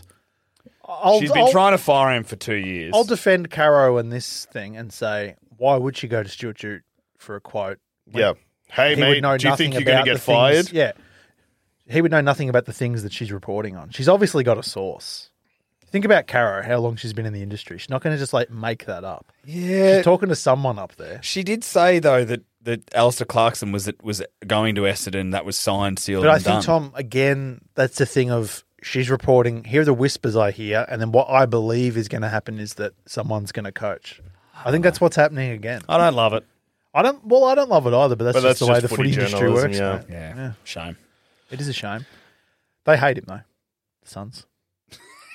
Speaker 2: I'll,
Speaker 3: She's been
Speaker 2: I'll-
Speaker 3: trying to fire him for two years.
Speaker 2: I'll defend Caro in this thing and say, why would she go to Stuart Jute for a quote
Speaker 4: yeah. Hey,
Speaker 2: he would
Speaker 4: mate,
Speaker 2: know
Speaker 4: do you
Speaker 2: nothing
Speaker 4: think you're going
Speaker 2: about
Speaker 4: to
Speaker 2: the
Speaker 4: get
Speaker 2: things-
Speaker 4: fired?
Speaker 2: Yeah. He would know nothing about the things that she's reporting on. She's obviously got a source. Think about Caro, how long she's been in the industry. She's not going to just like make that up.
Speaker 3: Yeah.
Speaker 2: She's talking to someone up there.
Speaker 3: She did say though that that Alistair Clarkson was was going to Essendon. That was signed, sealed.
Speaker 2: But I
Speaker 3: and
Speaker 2: think,
Speaker 3: done.
Speaker 2: Tom, again, that's the thing of she's reporting, here are the whispers I hear. And then what I believe is going to happen is that someone's going to coach. I think that's what's happening again.
Speaker 6: I don't love it.
Speaker 2: I don't, well, I don't love it either, but that's
Speaker 4: But
Speaker 2: just
Speaker 4: that's
Speaker 2: the way
Speaker 4: just
Speaker 2: the
Speaker 4: footy
Speaker 2: footy industry
Speaker 4: journalism,
Speaker 2: works.
Speaker 4: yeah.
Speaker 2: mate.
Speaker 3: Yeah. Shame.
Speaker 2: It is a shame. They hate him though. The [laughs] Suns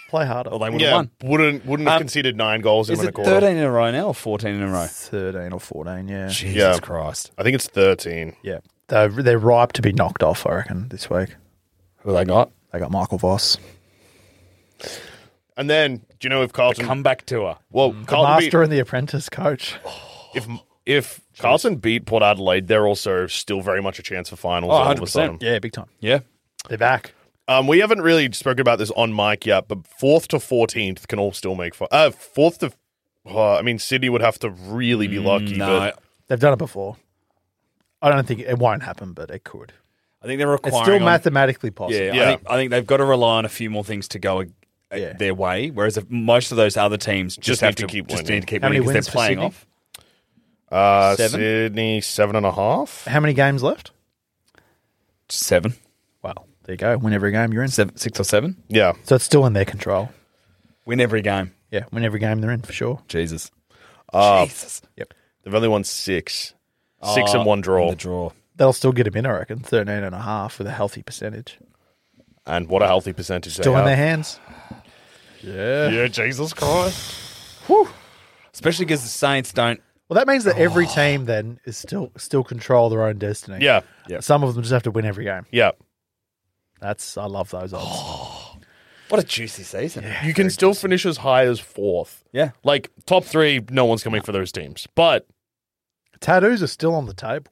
Speaker 2: play harder.
Speaker 3: Well, they would have
Speaker 4: Yeah,
Speaker 3: won.
Speaker 4: wouldn't wouldn't have
Speaker 3: Um,
Speaker 4: conceded nine goals in
Speaker 3: Is
Speaker 4: a
Speaker 3: it
Speaker 4: quarter.
Speaker 3: thirteen in a row now or fourteen in a row?
Speaker 2: thirteen or fourteen. Yeah,
Speaker 3: Jesus
Speaker 4: Yeah.
Speaker 3: Christ!
Speaker 4: I think it's thirteen.
Speaker 2: yeah. They're they're ripe to be knocked off. I reckon this week
Speaker 3: Who they got?
Speaker 2: they got Michael Voss,
Speaker 4: And then, do you know if
Speaker 3: The
Speaker 4: Carlton?
Speaker 3: comeback tour.
Speaker 4: well,
Speaker 3: Oh,
Speaker 2: the
Speaker 4: Carlton beat,
Speaker 2: master and the apprentice coach.
Speaker 4: if if Carlton beat Port Adelaide, they're also still very much a chance for finals.
Speaker 3: Oh,
Speaker 4: all of a
Speaker 3: 100%.
Speaker 4: sudden.
Speaker 2: [laughs] Yeah, big time.
Speaker 3: Yeah.
Speaker 2: They're back.
Speaker 4: Um, we haven't really spoken about this on mic yet, but fourth to fourteenth can all still make fun. Uh, fourth to, oh, I mean, Sydney would have to really be lucky.
Speaker 3: No, I
Speaker 4: but
Speaker 2: They've done it before. I don't think it won't happen, but it could.
Speaker 3: I think they're requiring.
Speaker 2: It's still
Speaker 3: on-
Speaker 2: mathematically possible.
Speaker 3: Yeah,
Speaker 4: Yeah.
Speaker 3: I, think, I think they've got to rely on a few more things to go. uh,
Speaker 2: Yeah.
Speaker 3: Their way, whereas if most of those other teams just,
Speaker 4: Just
Speaker 3: have
Speaker 4: need to keep
Speaker 3: just
Speaker 4: winning.
Speaker 3: need to keep
Speaker 2: How many
Speaker 3: winning because
Speaker 2: wins
Speaker 3: they're
Speaker 2: for
Speaker 3: playing
Speaker 2: Sydney?
Speaker 3: off.
Speaker 4: uh,
Speaker 3: Seven?
Speaker 4: Sydney seven and a half.
Speaker 2: How many games left?
Speaker 3: Seven,
Speaker 2: Well, there you go. Win every game you're in.
Speaker 3: seven, six or seven.
Speaker 4: Yeah,
Speaker 2: So it's still in their control.
Speaker 3: Win every game.
Speaker 2: Yeah, win every game they're in for sure.
Speaker 3: Jesus. Jesus.
Speaker 2: Yep.
Speaker 4: Uh, they've only won six, six and one draw.
Speaker 3: Uh, The draw.
Speaker 2: They'll still get him in, I reckon. 13 and a half with a healthy percentage.
Speaker 4: and what a healthy percentage
Speaker 2: Still
Speaker 4: they
Speaker 2: in their
Speaker 4: have.
Speaker 2: hands.
Speaker 4: Yeah,
Speaker 3: [laughs]
Speaker 4: Jesus Christ.
Speaker 3: Especially because the Saints don't.
Speaker 2: Well, that means
Speaker 4: Oh.
Speaker 2: that every team then is still still control their own destiny.
Speaker 4: yeah,
Speaker 2: Some of them just have to win every game.
Speaker 4: yeah.
Speaker 2: That's I love those odds. [gasps]
Speaker 3: What a juicy season.
Speaker 4: You can still finish as high as fourth.
Speaker 3: Yeah.
Speaker 4: Like top three, no one's coming for those teams. But
Speaker 2: Tattoos are still on the table.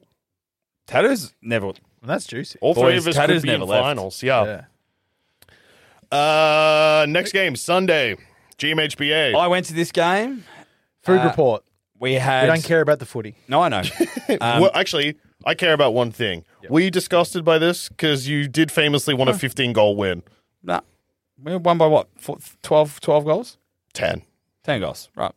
Speaker 3: Tattoos never.
Speaker 2: And that's juicy.
Speaker 4: all three
Speaker 3: Boys,
Speaker 4: of us
Speaker 3: Tatter's
Speaker 4: could be in
Speaker 3: never left.
Speaker 4: finals. Oh, Yeah.
Speaker 2: Yeah.
Speaker 4: Uh, next game Sunday, GMHBA. [laughs]
Speaker 3: I went to this game.
Speaker 2: Food
Speaker 4: Uh,
Speaker 2: report.
Speaker 3: We
Speaker 2: We
Speaker 3: had.
Speaker 2: don't care about the footy. [laughs]
Speaker 3: No, I know. um,
Speaker 4: well, actually, I care about one thing. Were you disgusted by this? Because you did famously want a 15 goal win.
Speaker 3: no. We won by what? Four, 12, 12 goals?
Speaker 4: 10.
Speaker 3: 10 goals. Right.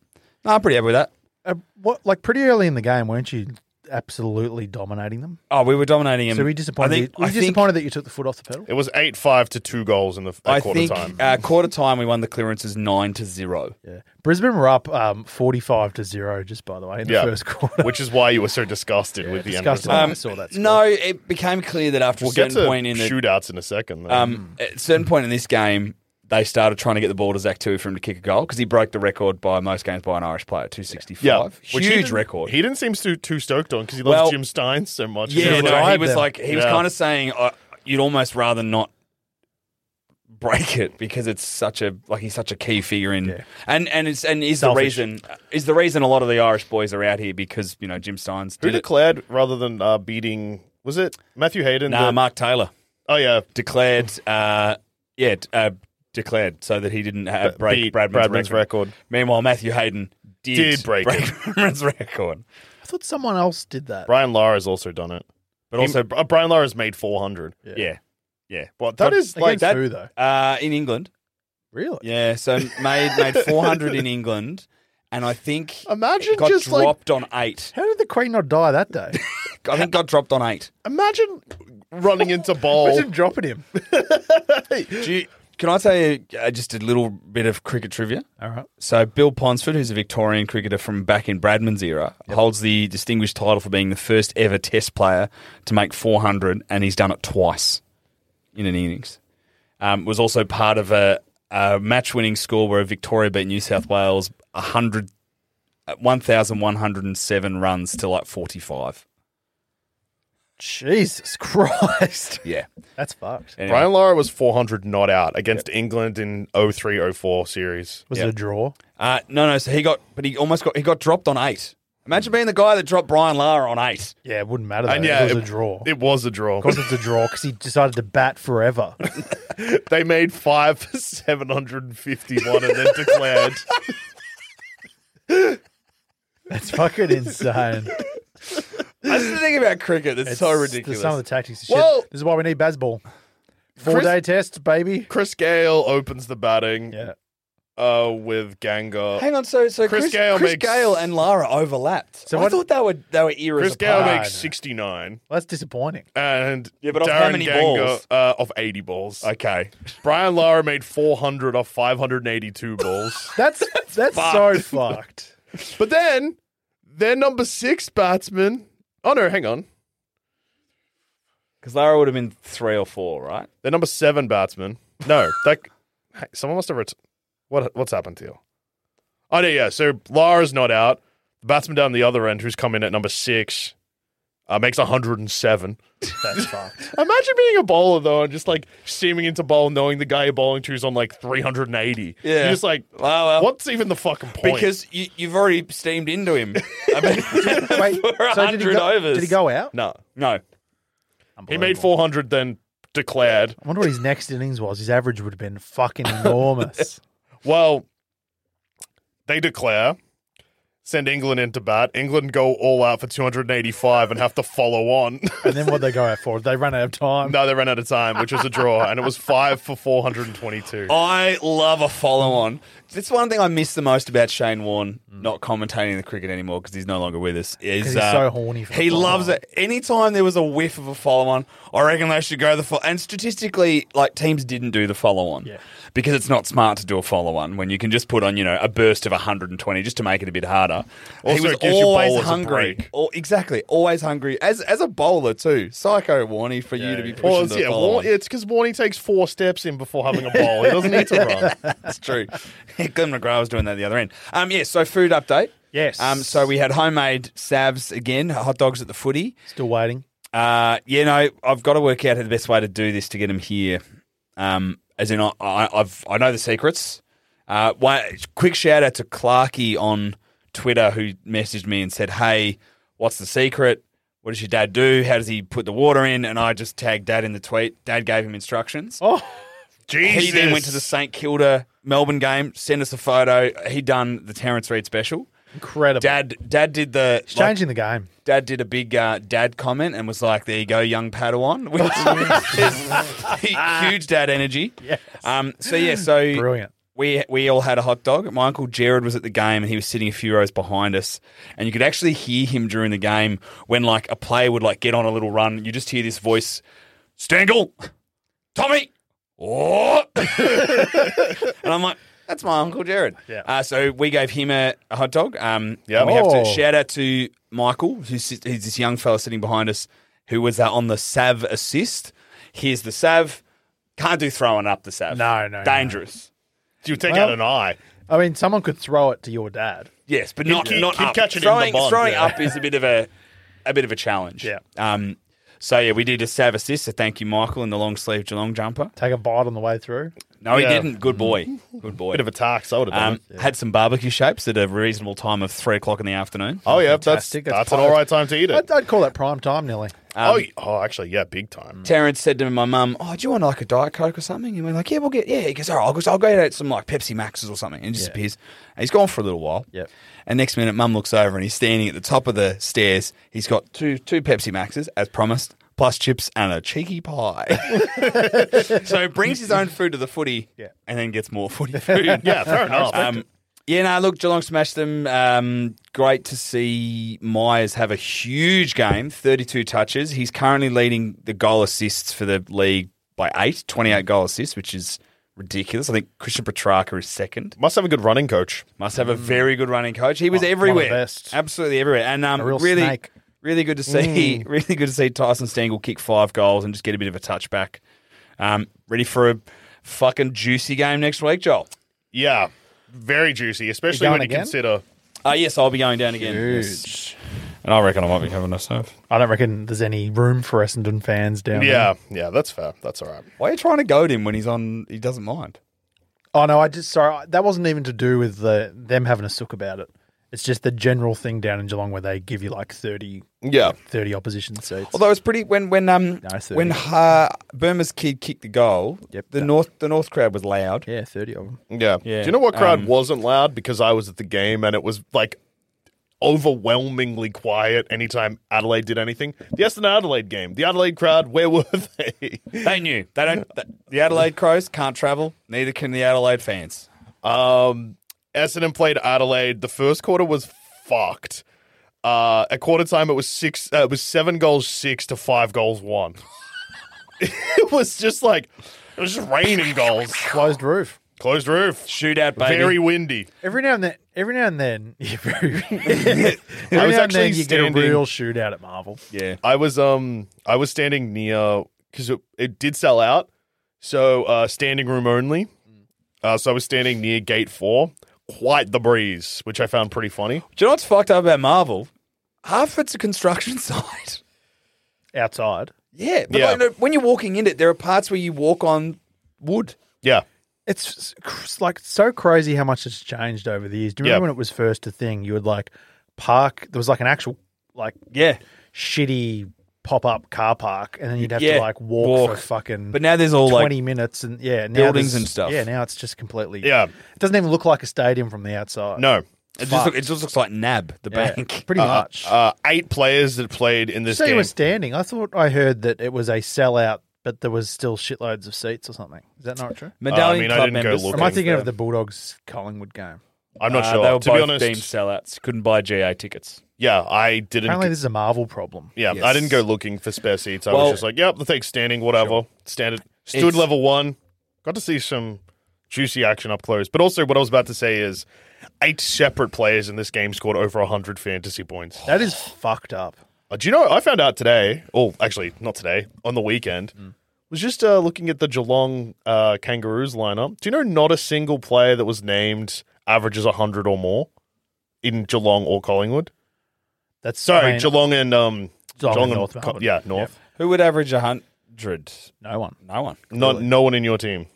Speaker 3: No, I'm pretty happy with that.
Speaker 2: Uh, what like pretty early in the game, weren't you absolutely dominating them?
Speaker 3: Oh, we were dominating him.
Speaker 4: Um,
Speaker 2: so we disappointed.
Speaker 3: I think,
Speaker 2: you, were
Speaker 3: I
Speaker 2: you
Speaker 3: think-
Speaker 2: disappointed that you took the foot off the pedal.
Speaker 4: It was 8 5 to 2 goals in the at
Speaker 3: I
Speaker 4: quarter
Speaker 3: think
Speaker 4: time.
Speaker 3: uh, quarter time we won the clearances 9 to 0.
Speaker 2: Yeah. Brisbane were up um, forty-five to zero. Just by the way, in the
Speaker 4: Yeah.
Speaker 2: first [laughs] quarter.
Speaker 4: Which is why you were so disgusted with the
Speaker 2: disgusted.
Speaker 4: end
Speaker 2: Oh, I
Speaker 4: result.
Speaker 3: Um,
Speaker 2: saw that score.
Speaker 3: No, it became clear that after
Speaker 4: We'll
Speaker 3: a
Speaker 4: get to
Speaker 3: certain point in the
Speaker 4: shootouts in a second. Though.
Speaker 3: Um, at a certain point in this game, they started trying to get the ball to Zach Tui for him to kick a goal because he broke the record by most games by an Irish player, 265.
Speaker 4: yeah. Which he
Speaker 3: Huge
Speaker 4: didn't-
Speaker 3: record.
Speaker 4: He didn't seem too, too stoked on because he loves
Speaker 3: Well,
Speaker 4: Jim Stein so much.
Speaker 3: yeah,
Speaker 4: He's
Speaker 3: no,
Speaker 4: like,
Speaker 3: he
Speaker 2: tried
Speaker 3: was
Speaker 2: them.
Speaker 3: like, he was
Speaker 4: Yeah.
Speaker 3: kind of saying, uh, you'd almost rather not break it because it's such a like he's such a key figure in and and it's and is
Speaker 2: Selfish.
Speaker 3: the reason is the reason a lot of the Irish boys are out here because you know Jim Steins
Speaker 4: Who
Speaker 3: did it.
Speaker 4: declared rather than uh, beating? Was it Matthew Hayden?
Speaker 3: Nah,
Speaker 4: that-
Speaker 3: Mark Taylor
Speaker 4: Oh yeah,
Speaker 3: declared, uh, yeah, d- uh, declared so that he didn't uh, break
Speaker 4: beat
Speaker 3: Bradman's,
Speaker 4: Bradman's
Speaker 3: record.
Speaker 4: record.
Speaker 3: Meanwhile, Matthew Hayden did,
Speaker 4: Did break it.
Speaker 3: [laughs] Bradman's record,
Speaker 2: I thought someone else did that.
Speaker 4: Brian Lara's also done it.
Speaker 3: but also,
Speaker 4: He- uh, Brian Lara's made four hundred.
Speaker 3: yeah, yeah,
Speaker 4: Well, that is like
Speaker 2: Against
Speaker 4: that.
Speaker 2: who though?
Speaker 3: uh, in England,
Speaker 2: Really?
Speaker 3: yeah. So made made
Speaker 4: [laughs]
Speaker 3: four hundred in England, and I think
Speaker 4: Imagine
Speaker 3: got
Speaker 4: just, like-
Speaker 3: dropped on eight.
Speaker 2: How did the Queen not die that [laughs] day?
Speaker 3: I think got dropped on eight.
Speaker 4: Imagine running [laughs] into ball.
Speaker 2: Imagine dropping him.
Speaker 3: Do you, can I tell you uh, just a little bit of cricket trivia?
Speaker 2: All right.
Speaker 3: So Bill Ponsford, who's a Victorian cricketer from back in Bradman's era, holds the distinguished title for being the first ever Test player to make 400, and he's done it twice in an innings. Um, was also part of a, a match-winning score where Victoria beat New South Wales 100, uh, 1,107 runs to like 45.
Speaker 2: [laughs] Jesus Christ.
Speaker 3: Yeah.
Speaker 2: That's fucked.
Speaker 3: Anyway,
Speaker 4: Brian Lara was four hundred not out against England in 03-04 series.
Speaker 2: Was it
Speaker 3: Yeah.
Speaker 2: a draw?
Speaker 3: uh, no, no. So he got, but he almost got, he got dropped on eight. Imagine being the guy that dropped Brian Lara on eight. [laughs]
Speaker 2: Yeah, it wouldn't matter. Though.
Speaker 4: And yeah,
Speaker 2: it was a draw.
Speaker 4: It was a draw.
Speaker 2: of course, it's a draw because he decided to bat [laughs] forever.
Speaker 4: [laughs] they made five for seven hundred and fifty-one, and then [laughs] declared.
Speaker 2: [laughs] That's fucking insane.
Speaker 3: I That's the thing about cricket. That's so ridiculous.
Speaker 2: Some of the tactics is shit.
Speaker 4: Well-
Speaker 2: this is why we need baseball. Four
Speaker 4: Chris-
Speaker 2: day tests, [laughs] baby.
Speaker 4: Chris Gale opens the batting
Speaker 2: Yeah.
Speaker 4: uh, with Ganga.
Speaker 3: Hang on, so so
Speaker 4: Chris
Speaker 3: Chris,
Speaker 4: Gayle
Speaker 3: Gale, Chris
Speaker 4: makes-
Speaker 3: Gayle and Lara overlapped.
Speaker 2: So
Speaker 3: So I
Speaker 2: what-
Speaker 3: thought they were they were eras
Speaker 4: Chris Gale
Speaker 3: apart.
Speaker 4: makes 69
Speaker 2: Well, that's disappointing.
Speaker 4: and
Speaker 3: Yeah, but off how
Speaker 4: Darren
Speaker 3: many
Speaker 4: Ganga
Speaker 3: balls?
Speaker 4: Uh, off 80 balls.
Speaker 3: Okay,
Speaker 4: Brian Lara made 400 off 582 balls.
Speaker 2: That's that's, so [laughs] fucked.
Speaker 4: [laughs] But then their number six batsman. Oh no, hang on.
Speaker 3: because Lara would have been three or four, right?
Speaker 4: Their number seven batsman. No, that hey, someone must have. Ret- what what's happened to you? Oh no, yeah. So Lara's not out. The batsman down the other end, who's come in at number six, uh, makes 107.
Speaker 2: That's fucked.
Speaker 4: [laughs] Imagine being a bowler though, and just like seeming into bowl, knowing the guy you're bowling to is on like 380.
Speaker 3: Yeah.
Speaker 4: You're just like,
Speaker 3: Well, well.
Speaker 4: what's even the fucking point?
Speaker 3: Because you, you've already steamed into
Speaker 2: [laughs]
Speaker 3: him. I mean, [laughs]
Speaker 2: Wait,
Speaker 3: for a
Speaker 2: so did he,
Speaker 3: hundred
Speaker 2: go,
Speaker 3: overs.
Speaker 2: did he go out?
Speaker 4: no,
Speaker 3: No,
Speaker 4: he made 400, then declared.
Speaker 2: I wonder what his next innings was. His average would have been [laughs] fucking enormous.
Speaker 4: Well, they declare, send England into bat. England go all out for 285 and have to follow on. [laughs]
Speaker 2: and then what they go out for? They run out of time.
Speaker 4: no, they ran out of time, which was a draw, and it was five for 422.
Speaker 3: I love a follow on. That's one thing I miss the most about Shane Warne not commentating the cricket anymore because he's no longer with us. Is, uh,
Speaker 2: 'Cause he's so horny for the
Speaker 3: he
Speaker 2: follow-on.
Speaker 3: loves it. Anytime there was a whiff of a follow on, I reckon they should go the follow And statistically, like teams didn't do the follow on
Speaker 2: Yeah.
Speaker 3: because it's not smart to do a follow on when you can just put on, you know, a burst of 120 just to make it a bit harder.
Speaker 4: Also,
Speaker 3: he was
Speaker 4: it gives you
Speaker 3: always
Speaker 4: bowlers a
Speaker 3: hungry.
Speaker 4: break.
Speaker 3: Al- exactly. Always hungry. As as a bowler, too. Psycho Warney for you to be pushing
Speaker 4: Well, it's,
Speaker 3: the
Speaker 4: yeah,
Speaker 3: follow-on.
Speaker 4: War- it's because Warney takes four steps in before having a ball. He
Speaker 3: [laughs]
Speaker 4: doesn't [laughs] need to run.
Speaker 3: That's true. [laughs] Glenn McGrath was doing that at the other end. Um, yeah, so food update.
Speaker 2: Yes.
Speaker 3: Um, so we had homemade salves again, hot dogs at the footy.
Speaker 2: Still waiting.
Speaker 3: Uh, you know, I've got to work out the best way to do this to get them here. Um, as in, I, I, I've I know the secrets. Uh, one, quick shout out to Clarky on Twitter who messaged me and said, "Hey, what's the secret? What does your dad do? How does he put the water in?" And I just tagged dad in the tweet. Dad gave him instructions.
Speaker 4: Jesus.
Speaker 3: He then went to the St Kilda Melbourne game, sent us a photo. He done the Terrence Reid special.
Speaker 2: Incredible.
Speaker 3: Dad, dad did the
Speaker 2: He's
Speaker 3: like,
Speaker 2: changing the game.
Speaker 3: Dad did a big uh, dad comment and was like, "There you go, young
Speaker 2: [laughs]
Speaker 3: Padawan," [laughs] which is [laughs] huge dad energy.
Speaker 2: Yes.
Speaker 3: Um. So yeah. So
Speaker 2: Brilliant.
Speaker 3: We we all had a hot dog. My uncle Jared was at the game and he was sitting a few rows behind us, and you could actually hear him during the game when like a player would like get on a little run. You just hear this voice, Stangle, Tommy.
Speaker 4: [laughs]
Speaker 3: Oh. and I'm like, that's my uncle Jared.
Speaker 2: Yeah.
Speaker 3: Uh, so we gave him a, a hot dog. Um,
Speaker 4: Yep.
Speaker 3: and we have
Speaker 2: Oh.
Speaker 3: to shout out to Michael, who's, sit- who's this young fella sitting behind us, who was uh, on the Sav assist. Here's the Sav. Can't do throwing up the Sav.
Speaker 2: No, no, no.
Speaker 3: dangerous.
Speaker 4: You take
Speaker 2: Well-
Speaker 4: out an eye.
Speaker 2: I mean, someone could throw it to your dad.
Speaker 3: Yes, but not
Speaker 4: keep-
Speaker 3: not
Speaker 4: keep
Speaker 3: up.
Speaker 4: catching it in the
Speaker 3: throwing
Speaker 4: bond,
Speaker 3: throwing
Speaker 4: yeah.
Speaker 3: up is a bit of a a bit of a challenge.
Speaker 2: Yeah.
Speaker 3: Um. So yeah, we did a Sav assist. So thank you, Michael, in the long sleeve Geelong jumper.
Speaker 2: Take a bite on the way through.
Speaker 3: No,
Speaker 4: Yeah.
Speaker 3: he didn't. Good boy.
Speaker 4: [laughs]
Speaker 3: Good boy.
Speaker 4: Bit of a tax, I would have done.
Speaker 3: Um,
Speaker 4: it.
Speaker 3: Had some barbecue shapes at a reasonable time of three o'clock in the afternoon.
Speaker 4: Oh, yeah, that's,
Speaker 2: fantastic.
Speaker 4: that's,
Speaker 2: That's
Speaker 4: an
Speaker 2: fine.
Speaker 4: all right time to eat it.
Speaker 2: I'd, I'd call that prime time, Nelly.
Speaker 3: um,
Speaker 4: oh, y- oh, actually, yeah, big time.
Speaker 3: Terrence said to my mum, "Oh, do you want like a diet coke or something?" And we're like, "Yeah, we'll get yeah." He goes, "All right, I'll go, I'll go get some like Pepsi Maxes or something," and he disappears. And he's gone for a little while.
Speaker 2: Yep.
Speaker 3: And next minute, mum looks over and he's standing at the top of the stairs. He's got two two Pepsi Maxes as promised, plus chips and a cheeky pie. [laughs] so he brings his own food to the footy,
Speaker 2: Yeah.
Speaker 3: and then gets more
Speaker 4: [laughs]
Speaker 3: footy food.
Speaker 4: Yeah, fair enough.
Speaker 3: Um, yeah, no, look, Geelong smashed them. Um, great to see Myers have a huge game, 32 touches. He's currently leading the goal assists for the league by eight, 28 goal assists, which is ridiculous. I think Christian Petrarca is second.
Speaker 4: Must have a good running coach.
Speaker 3: Must have a very good running coach. He was
Speaker 2: Mm. Oh, One- one of the
Speaker 3: everywhere,
Speaker 2: best.
Speaker 3: absolutely everywhere, and um,
Speaker 2: A real
Speaker 3: really,
Speaker 2: snake. Mm.
Speaker 3: really good to see. [laughs] Really good to see Tyson Stengel kick five goals and just get a bit of a touchback. Um, ready for a fucking juicy game next week, Joel?
Speaker 4: Yeah, very juicy, especially
Speaker 2: You
Speaker 4: when
Speaker 2: going
Speaker 4: you
Speaker 2: again?
Speaker 4: consider.
Speaker 3: Uh, yes, I'll be going down again. And I reckon I might be having a serve.
Speaker 2: I don't reckon there's any room for Essendon fans down there.
Speaker 4: Yeah, yeah, that's fair. That's all right.
Speaker 3: Why are you trying to goad him when he's on? He doesn't mind.
Speaker 2: Oh no, I just sorry. That wasn't even to do with the them having a sook about it. It's just the general thing down in Geelong where they give you like 30,
Speaker 4: Yeah.
Speaker 2: 30 opposition seats.
Speaker 3: Although it's pretty when when um
Speaker 2: No, it's thirty.
Speaker 3: when uh, Burma's kid kicked the goal,
Speaker 2: Yep.
Speaker 3: the north the north crowd was loud.
Speaker 2: yeah, thirty of them.
Speaker 4: Yeah.
Speaker 3: Yeah,
Speaker 4: Do you know what crowd
Speaker 3: um,
Speaker 4: wasn't loud? Because I was at the game and it was like overwhelmingly quiet anytime Adelaide did anything. The Aston Adelaide game, the Adelaide crowd, where were [laughs] they?
Speaker 3: They knew. They don't. th- The Adelaide Crows can't travel. Neither can the Adelaide fans.
Speaker 4: Um, Essendon played Adelaide. The first quarter was fucked. Uh, at quarter time, it was six. Uh, it was seven goals six to five goals one. [laughs] it was just like it was just raining goals.
Speaker 2: Closed roof.
Speaker 4: Closed roof.
Speaker 3: Shootout, baby.
Speaker 4: Very windy.
Speaker 2: Every now and then, every now and then, [laughs] yeah,
Speaker 3: [laughs]
Speaker 2: very, every
Speaker 4: I
Speaker 2: now and
Speaker 4: was actually
Speaker 2: then you get a
Speaker 4: standing-
Speaker 2: real shootout at Marvel.
Speaker 3: Yeah.
Speaker 4: [laughs] I was um I was standing near because it, it did sell out, so uh, standing room only. Uh, so I was standing near gate four. Quite the breeze, which I found pretty funny.
Speaker 3: Do you know what's fucked up about Marvel? Half of it's a construction [laughs] site.
Speaker 2: Outside,
Speaker 3: Yeah. But
Speaker 4: Yeah.
Speaker 3: like, no, when you're walking in it, there are parts where you walk on wood.
Speaker 4: Yeah,
Speaker 2: it's it's like so crazy how much it's changed over the years. Do you remember
Speaker 4: Yeah.
Speaker 2: when it was first a thing? You would like park. There was like an actual like
Speaker 3: Yeah.
Speaker 2: shitty pop up car park, and then you'd have
Speaker 3: Yeah,
Speaker 2: to like walk, for
Speaker 3: walk.
Speaker 2: fucking.
Speaker 3: But now there's all, like,
Speaker 2: twenty minutes and yeah, now
Speaker 3: buildings
Speaker 2: there's-
Speaker 3: and stuff.
Speaker 2: Yeah, now it's just completely.
Speaker 4: Yeah.
Speaker 2: it doesn't even look like a stadium from the outside.
Speaker 4: no,
Speaker 3: It just, look, it just looks like NAB, the
Speaker 2: Yeah,
Speaker 3: bank. [laughs]
Speaker 2: pretty
Speaker 4: Uh,
Speaker 2: much.
Speaker 4: Uh, eight players that played in this
Speaker 2: so you
Speaker 4: game.
Speaker 2: were standing. I thought I heard that it was a sellout, but there was still shitloads of seats or something. Is that not true?
Speaker 3: Medallion
Speaker 4: I mean, I
Speaker 3: Club
Speaker 4: didn't go
Speaker 3: members.
Speaker 4: look
Speaker 2: Am I
Speaker 4: Things
Speaker 2: thinking of
Speaker 4: there.
Speaker 2: the Bulldogs Collingwood game?
Speaker 4: I'm not
Speaker 3: Uh,
Speaker 4: sure.
Speaker 3: They were
Speaker 4: to
Speaker 3: both
Speaker 4: be honest,
Speaker 3: beam sellouts. Couldn't buy GA tickets.
Speaker 4: yeah, I didn't.
Speaker 2: Apparently, this is a Marvel problem.
Speaker 4: yeah, I
Speaker 3: Yes.
Speaker 4: didn't go looking for spare seats. I
Speaker 3: Well-
Speaker 4: was just like, yep, the thing's standing, whatever, standard. Stood
Speaker 3: It's-
Speaker 4: level one. Got to see some juicy action up close. But also, what I was about to say is, eight separate players in this game scored over hundred fantasy points.
Speaker 2: That
Speaker 4: [sighs]
Speaker 2: is fucked up.
Speaker 4: Uh, do you know? I found out today. Oh, actually, not today. On the weekend.
Speaker 2: Hmm.
Speaker 4: Was just uh, looking at the Geelong uh, Kangaroos lineup. Do you know not a single player that was named averages 100 or more in Geelong or Collingwood?
Speaker 2: That's
Speaker 4: Sorry,
Speaker 2: I mean,
Speaker 4: Geelong and um,
Speaker 2: Geelong and North
Speaker 4: Co-
Speaker 2: Melbourne.
Speaker 4: yeah, North.
Speaker 3: Who would average a hundred?
Speaker 2: No one.
Speaker 3: No one.
Speaker 4: No, no one in your team.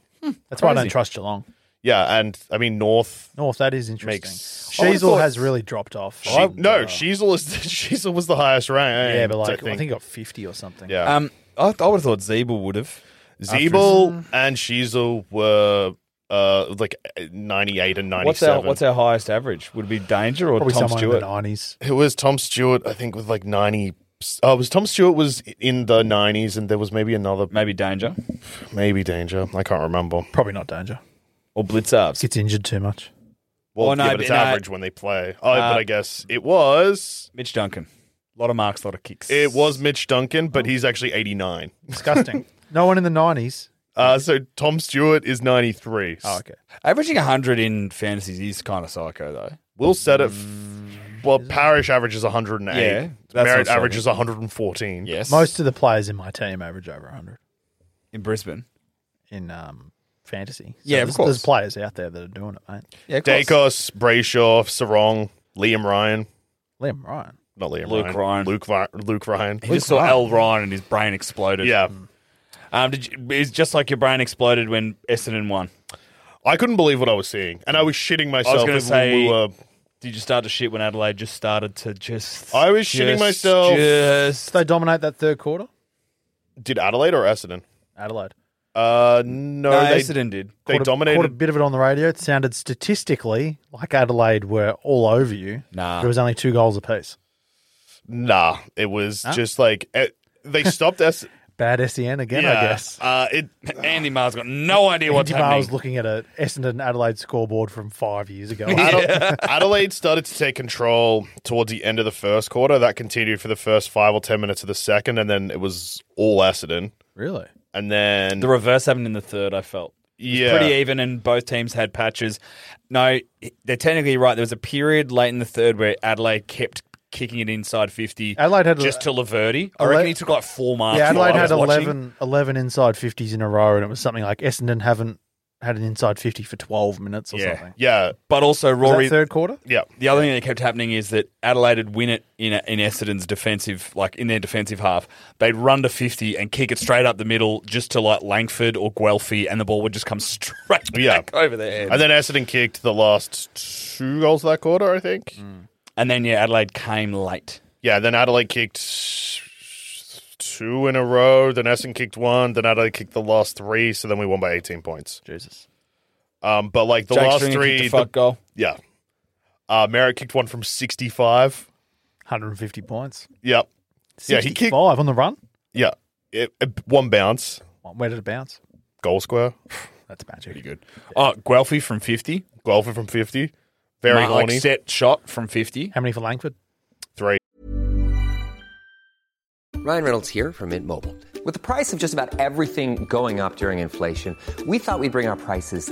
Speaker 2: That's why I don't trust Geelong.
Speaker 4: Yeah, and I mean North.
Speaker 2: North. That is interesting.
Speaker 4: Makes- I would've
Speaker 2: Sheasel
Speaker 4: thought-
Speaker 2: has really dropped off. uh,
Speaker 4: She, no, Sheasel [laughs] is Sheasel was the highest rank.
Speaker 2: yeah, but like I think, he got fifty or something.
Speaker 4: yeah,
Speaker 3: Um, I, I would have thought Zeeble would have.
Speaker 4: Zeeble and Sheasel were uh, like 98 and 97.
Speaker 3: What's our What's our highest average? Would it be Danger or
Speaker 2: probably
Speaker 3: Tom
Speaker 2: someone in
Speaker 3: Stewart?
Speaker 2: the nineties.
Speaker 4: Who was Tom Stewart? I think with like ninety. Oh, it was Tom Stewart was in the nineties, and there was maybe another,
Speaker 3: Maybe Danger
Speaker 4: maybe Danger. I can't remember.
Speaker 2: Probably not danger.
Speaker 3: or Blitzarves.
Speaker 2: Gets injured too
Speaker 4: [laughs]
Speaker 2: much.
Speaker 4: Well,
Speaker 3: Oh, no,
Speaker 4: yeah, but
Speaker 3: but
Speaker 4: it's
Speaker 3: no. Uh,
Speaker 4: average when they play. Oh, but I guess it was.
Speaker 3: Mitch Duncan. A lot of marks, a lot of kicks.
Speaker 4: It was Mitch Duncan,
Speaker 2: Oh.
Speaker 4: but he's actually eighty nine.
Speaker 2: Disgusting. no one in the nineties.
Speaker 4: [laughs] Uh, so Tom Stewart is ninety three.
Speaker 2: Oh, okay.
Speaker 3: averaging hundred in fantasies is kind of psycho though.
Speaker 4: Will said it. Well, Parish averages one hundred and
Speaker 3: Yeah,
Speaker 4: eight.
Speaker 3: that's what
Speaker 4: Merritt
Speaker 3: I said.
Speaker 4: averages one hundred and fourteen.
Speaker 3: Yes,
Speaker 2: Most of the players in my team average over hundred
Speaker 3: in Brisbane.
Speaker 2: in um, fantasy. So
Speaker 3: Yeah, of
Speaker 2: there's,
Speaker 3: course.
Speaker 2: There's players out there that are doing it, mate.
Speaker 3: Yeah, of course.
Speaker 4: Dacos, Brayshaw, Sarong, Liam Ryan.
Speaker 2: Liam Ryan.
Speaker 4: Not Liam
Speaker 3: Luke Ryan.
Speaker 4: Luke, Vi- Luke Ryan.
Speaker 3: He just saw L Ryan and his brain exploded.
Speaker 4: Yeah.
Speaker 3: Um, did you, it's just like your brain exploded when Essendon won.
Speaker 4: I couldn't believe what I was seeing, and I was shitting myself.
Speaker 3: gonna
Speaker 4: as we
Speaker 3: say-
Speaker 4: were-
Speaker 3: Did you start to shit when Adelaide just started to just?
Speaker 4: I was shitting
Speaker 3: just-
Speaker 4: myself.
Speaker 2: Did
Speaker 3: Just
Speaker 2: they dominate that third quarter?
Speaker 4: did Adelaide or Essendon?
Speaker 2: Adelaide.
Speaker 4: Uh, no,
Speaker 3: no,
Speaker 4: they,
Speaker 3: Essendon did.
Speaker 2: Caught
Speaker 4: they
Speaker 2: a- Caught a
Speaker 4: dominated.
Speaker 2: bit of it on the radio. It sounded statistically like Adelaide were all over you.
Speaker 3: Nah.
Speaker 2: There was only two goals apiece.
Speaker 4: Nah, it was just like eh, they stopped us.
Speaker 2: Bad SEN again, I
Speaker 4: yeah,
Speaker 2: guess.
Speaker 4: Uh, it
Speaker 3: Andy Marr's got no idea what's
Speaker 2: Andy Barr was
Speaker 3: happening.
Speaker 2: looking at a Essendon Adelaide scoreboard from five years
Speaker 3: [laughs]
Speaker 2: ago.
Speaker 4: Adel- Adelaide started to take control towards the end of the first quarter. That continued for the first five or ten minutes of the second, and then it was all Essendon.
Speaker 2: really?
Speaker 4: And then
Speaker 3: the reverse happened in the third. I felt
Speaker 4: yeah,
Speaker 3: pretty even, and both teams had patches. No, they're technically right. There was a period late in the third where Adelaide kept kicking it inside fifty.
Speaker 2: Adelaide had
Speaker 3: just to Laverty. I
Speaker 2: Adelaide-
Speaker 3: reckon he took like four marks.
Speaker 2: yeah,
Speaker 3: while
Speaker 2: Adelaide
Speaker 3: I
Speaker 2: had
Speaker 3: was watching.
Speaker 2: 11, 11 inside 50s in a row, and it was something like Essendon haven't had an inside 50 for 12 minutes or
Speaker 3: Yeah.
Speaker 2: something.
Speaker 4: yeah,
Speaker 3: But also
Speaker 2: Was
Speaker 3: Rory.
Speaker 2: that third quarter?
Speaker 4: yeah.
Speaker 3: The other thing that kept happening is that Adelaide would win it in in Essendon's defensive, like in their defensive half. They'd run to fifty and kick it straight up the middle, just to like Langford or Guelphy, and the ball would just come [laughs] straight
Speaker 4: Yeah.
Speaker 3: back over their heads.
Speaker 4: And then Essendon kicked the last two goals of that quarter, I think.
Speaker 3: Mm. And then yeah, Adelaide came late.
Speaker 4: Yeah, then Adelaide kicked two in a row. Then Essendon kicked one. Then Adelaide kicked the last three. So then we won by 18 points.
Speaker 2: Jesus.
Speaker 4: Um, but like the
Speaker 3: Jake
Speaker 4: last
Speaker 3: Stringer kicked
Speaker 4: three,
Speaker 3: a fuck
Speaker 4: the-
Speaker 3: goal.
Speaker 4: yeah. Uh, Merritt kicked one from 65.
Speaker 2: 150 points.
Speaker 4: Yep. Yeah, he kicked.
Speaker 2: 65 on the run.
Speaker 4: Yeah. It, it- one bounce,
Speaker 2: Where did it bounce?
Speaker 4: goal square.
Speaker 2: That's magic.
Speaker 3: Good. Oh, Guelphy from 50.
Speaker 4: Golfer from 50. Very
Speaker 3: Mark, like,
Speaker 4: horny.
Speaker 3: set shot from 50.
Speaker 2: How many for Langford?
Speaker 4: Three.
Speaker 7: Ryan Reynolds here from Mint Mobile. With the price of just about everything going up during inflation, we thought we'd bring our prices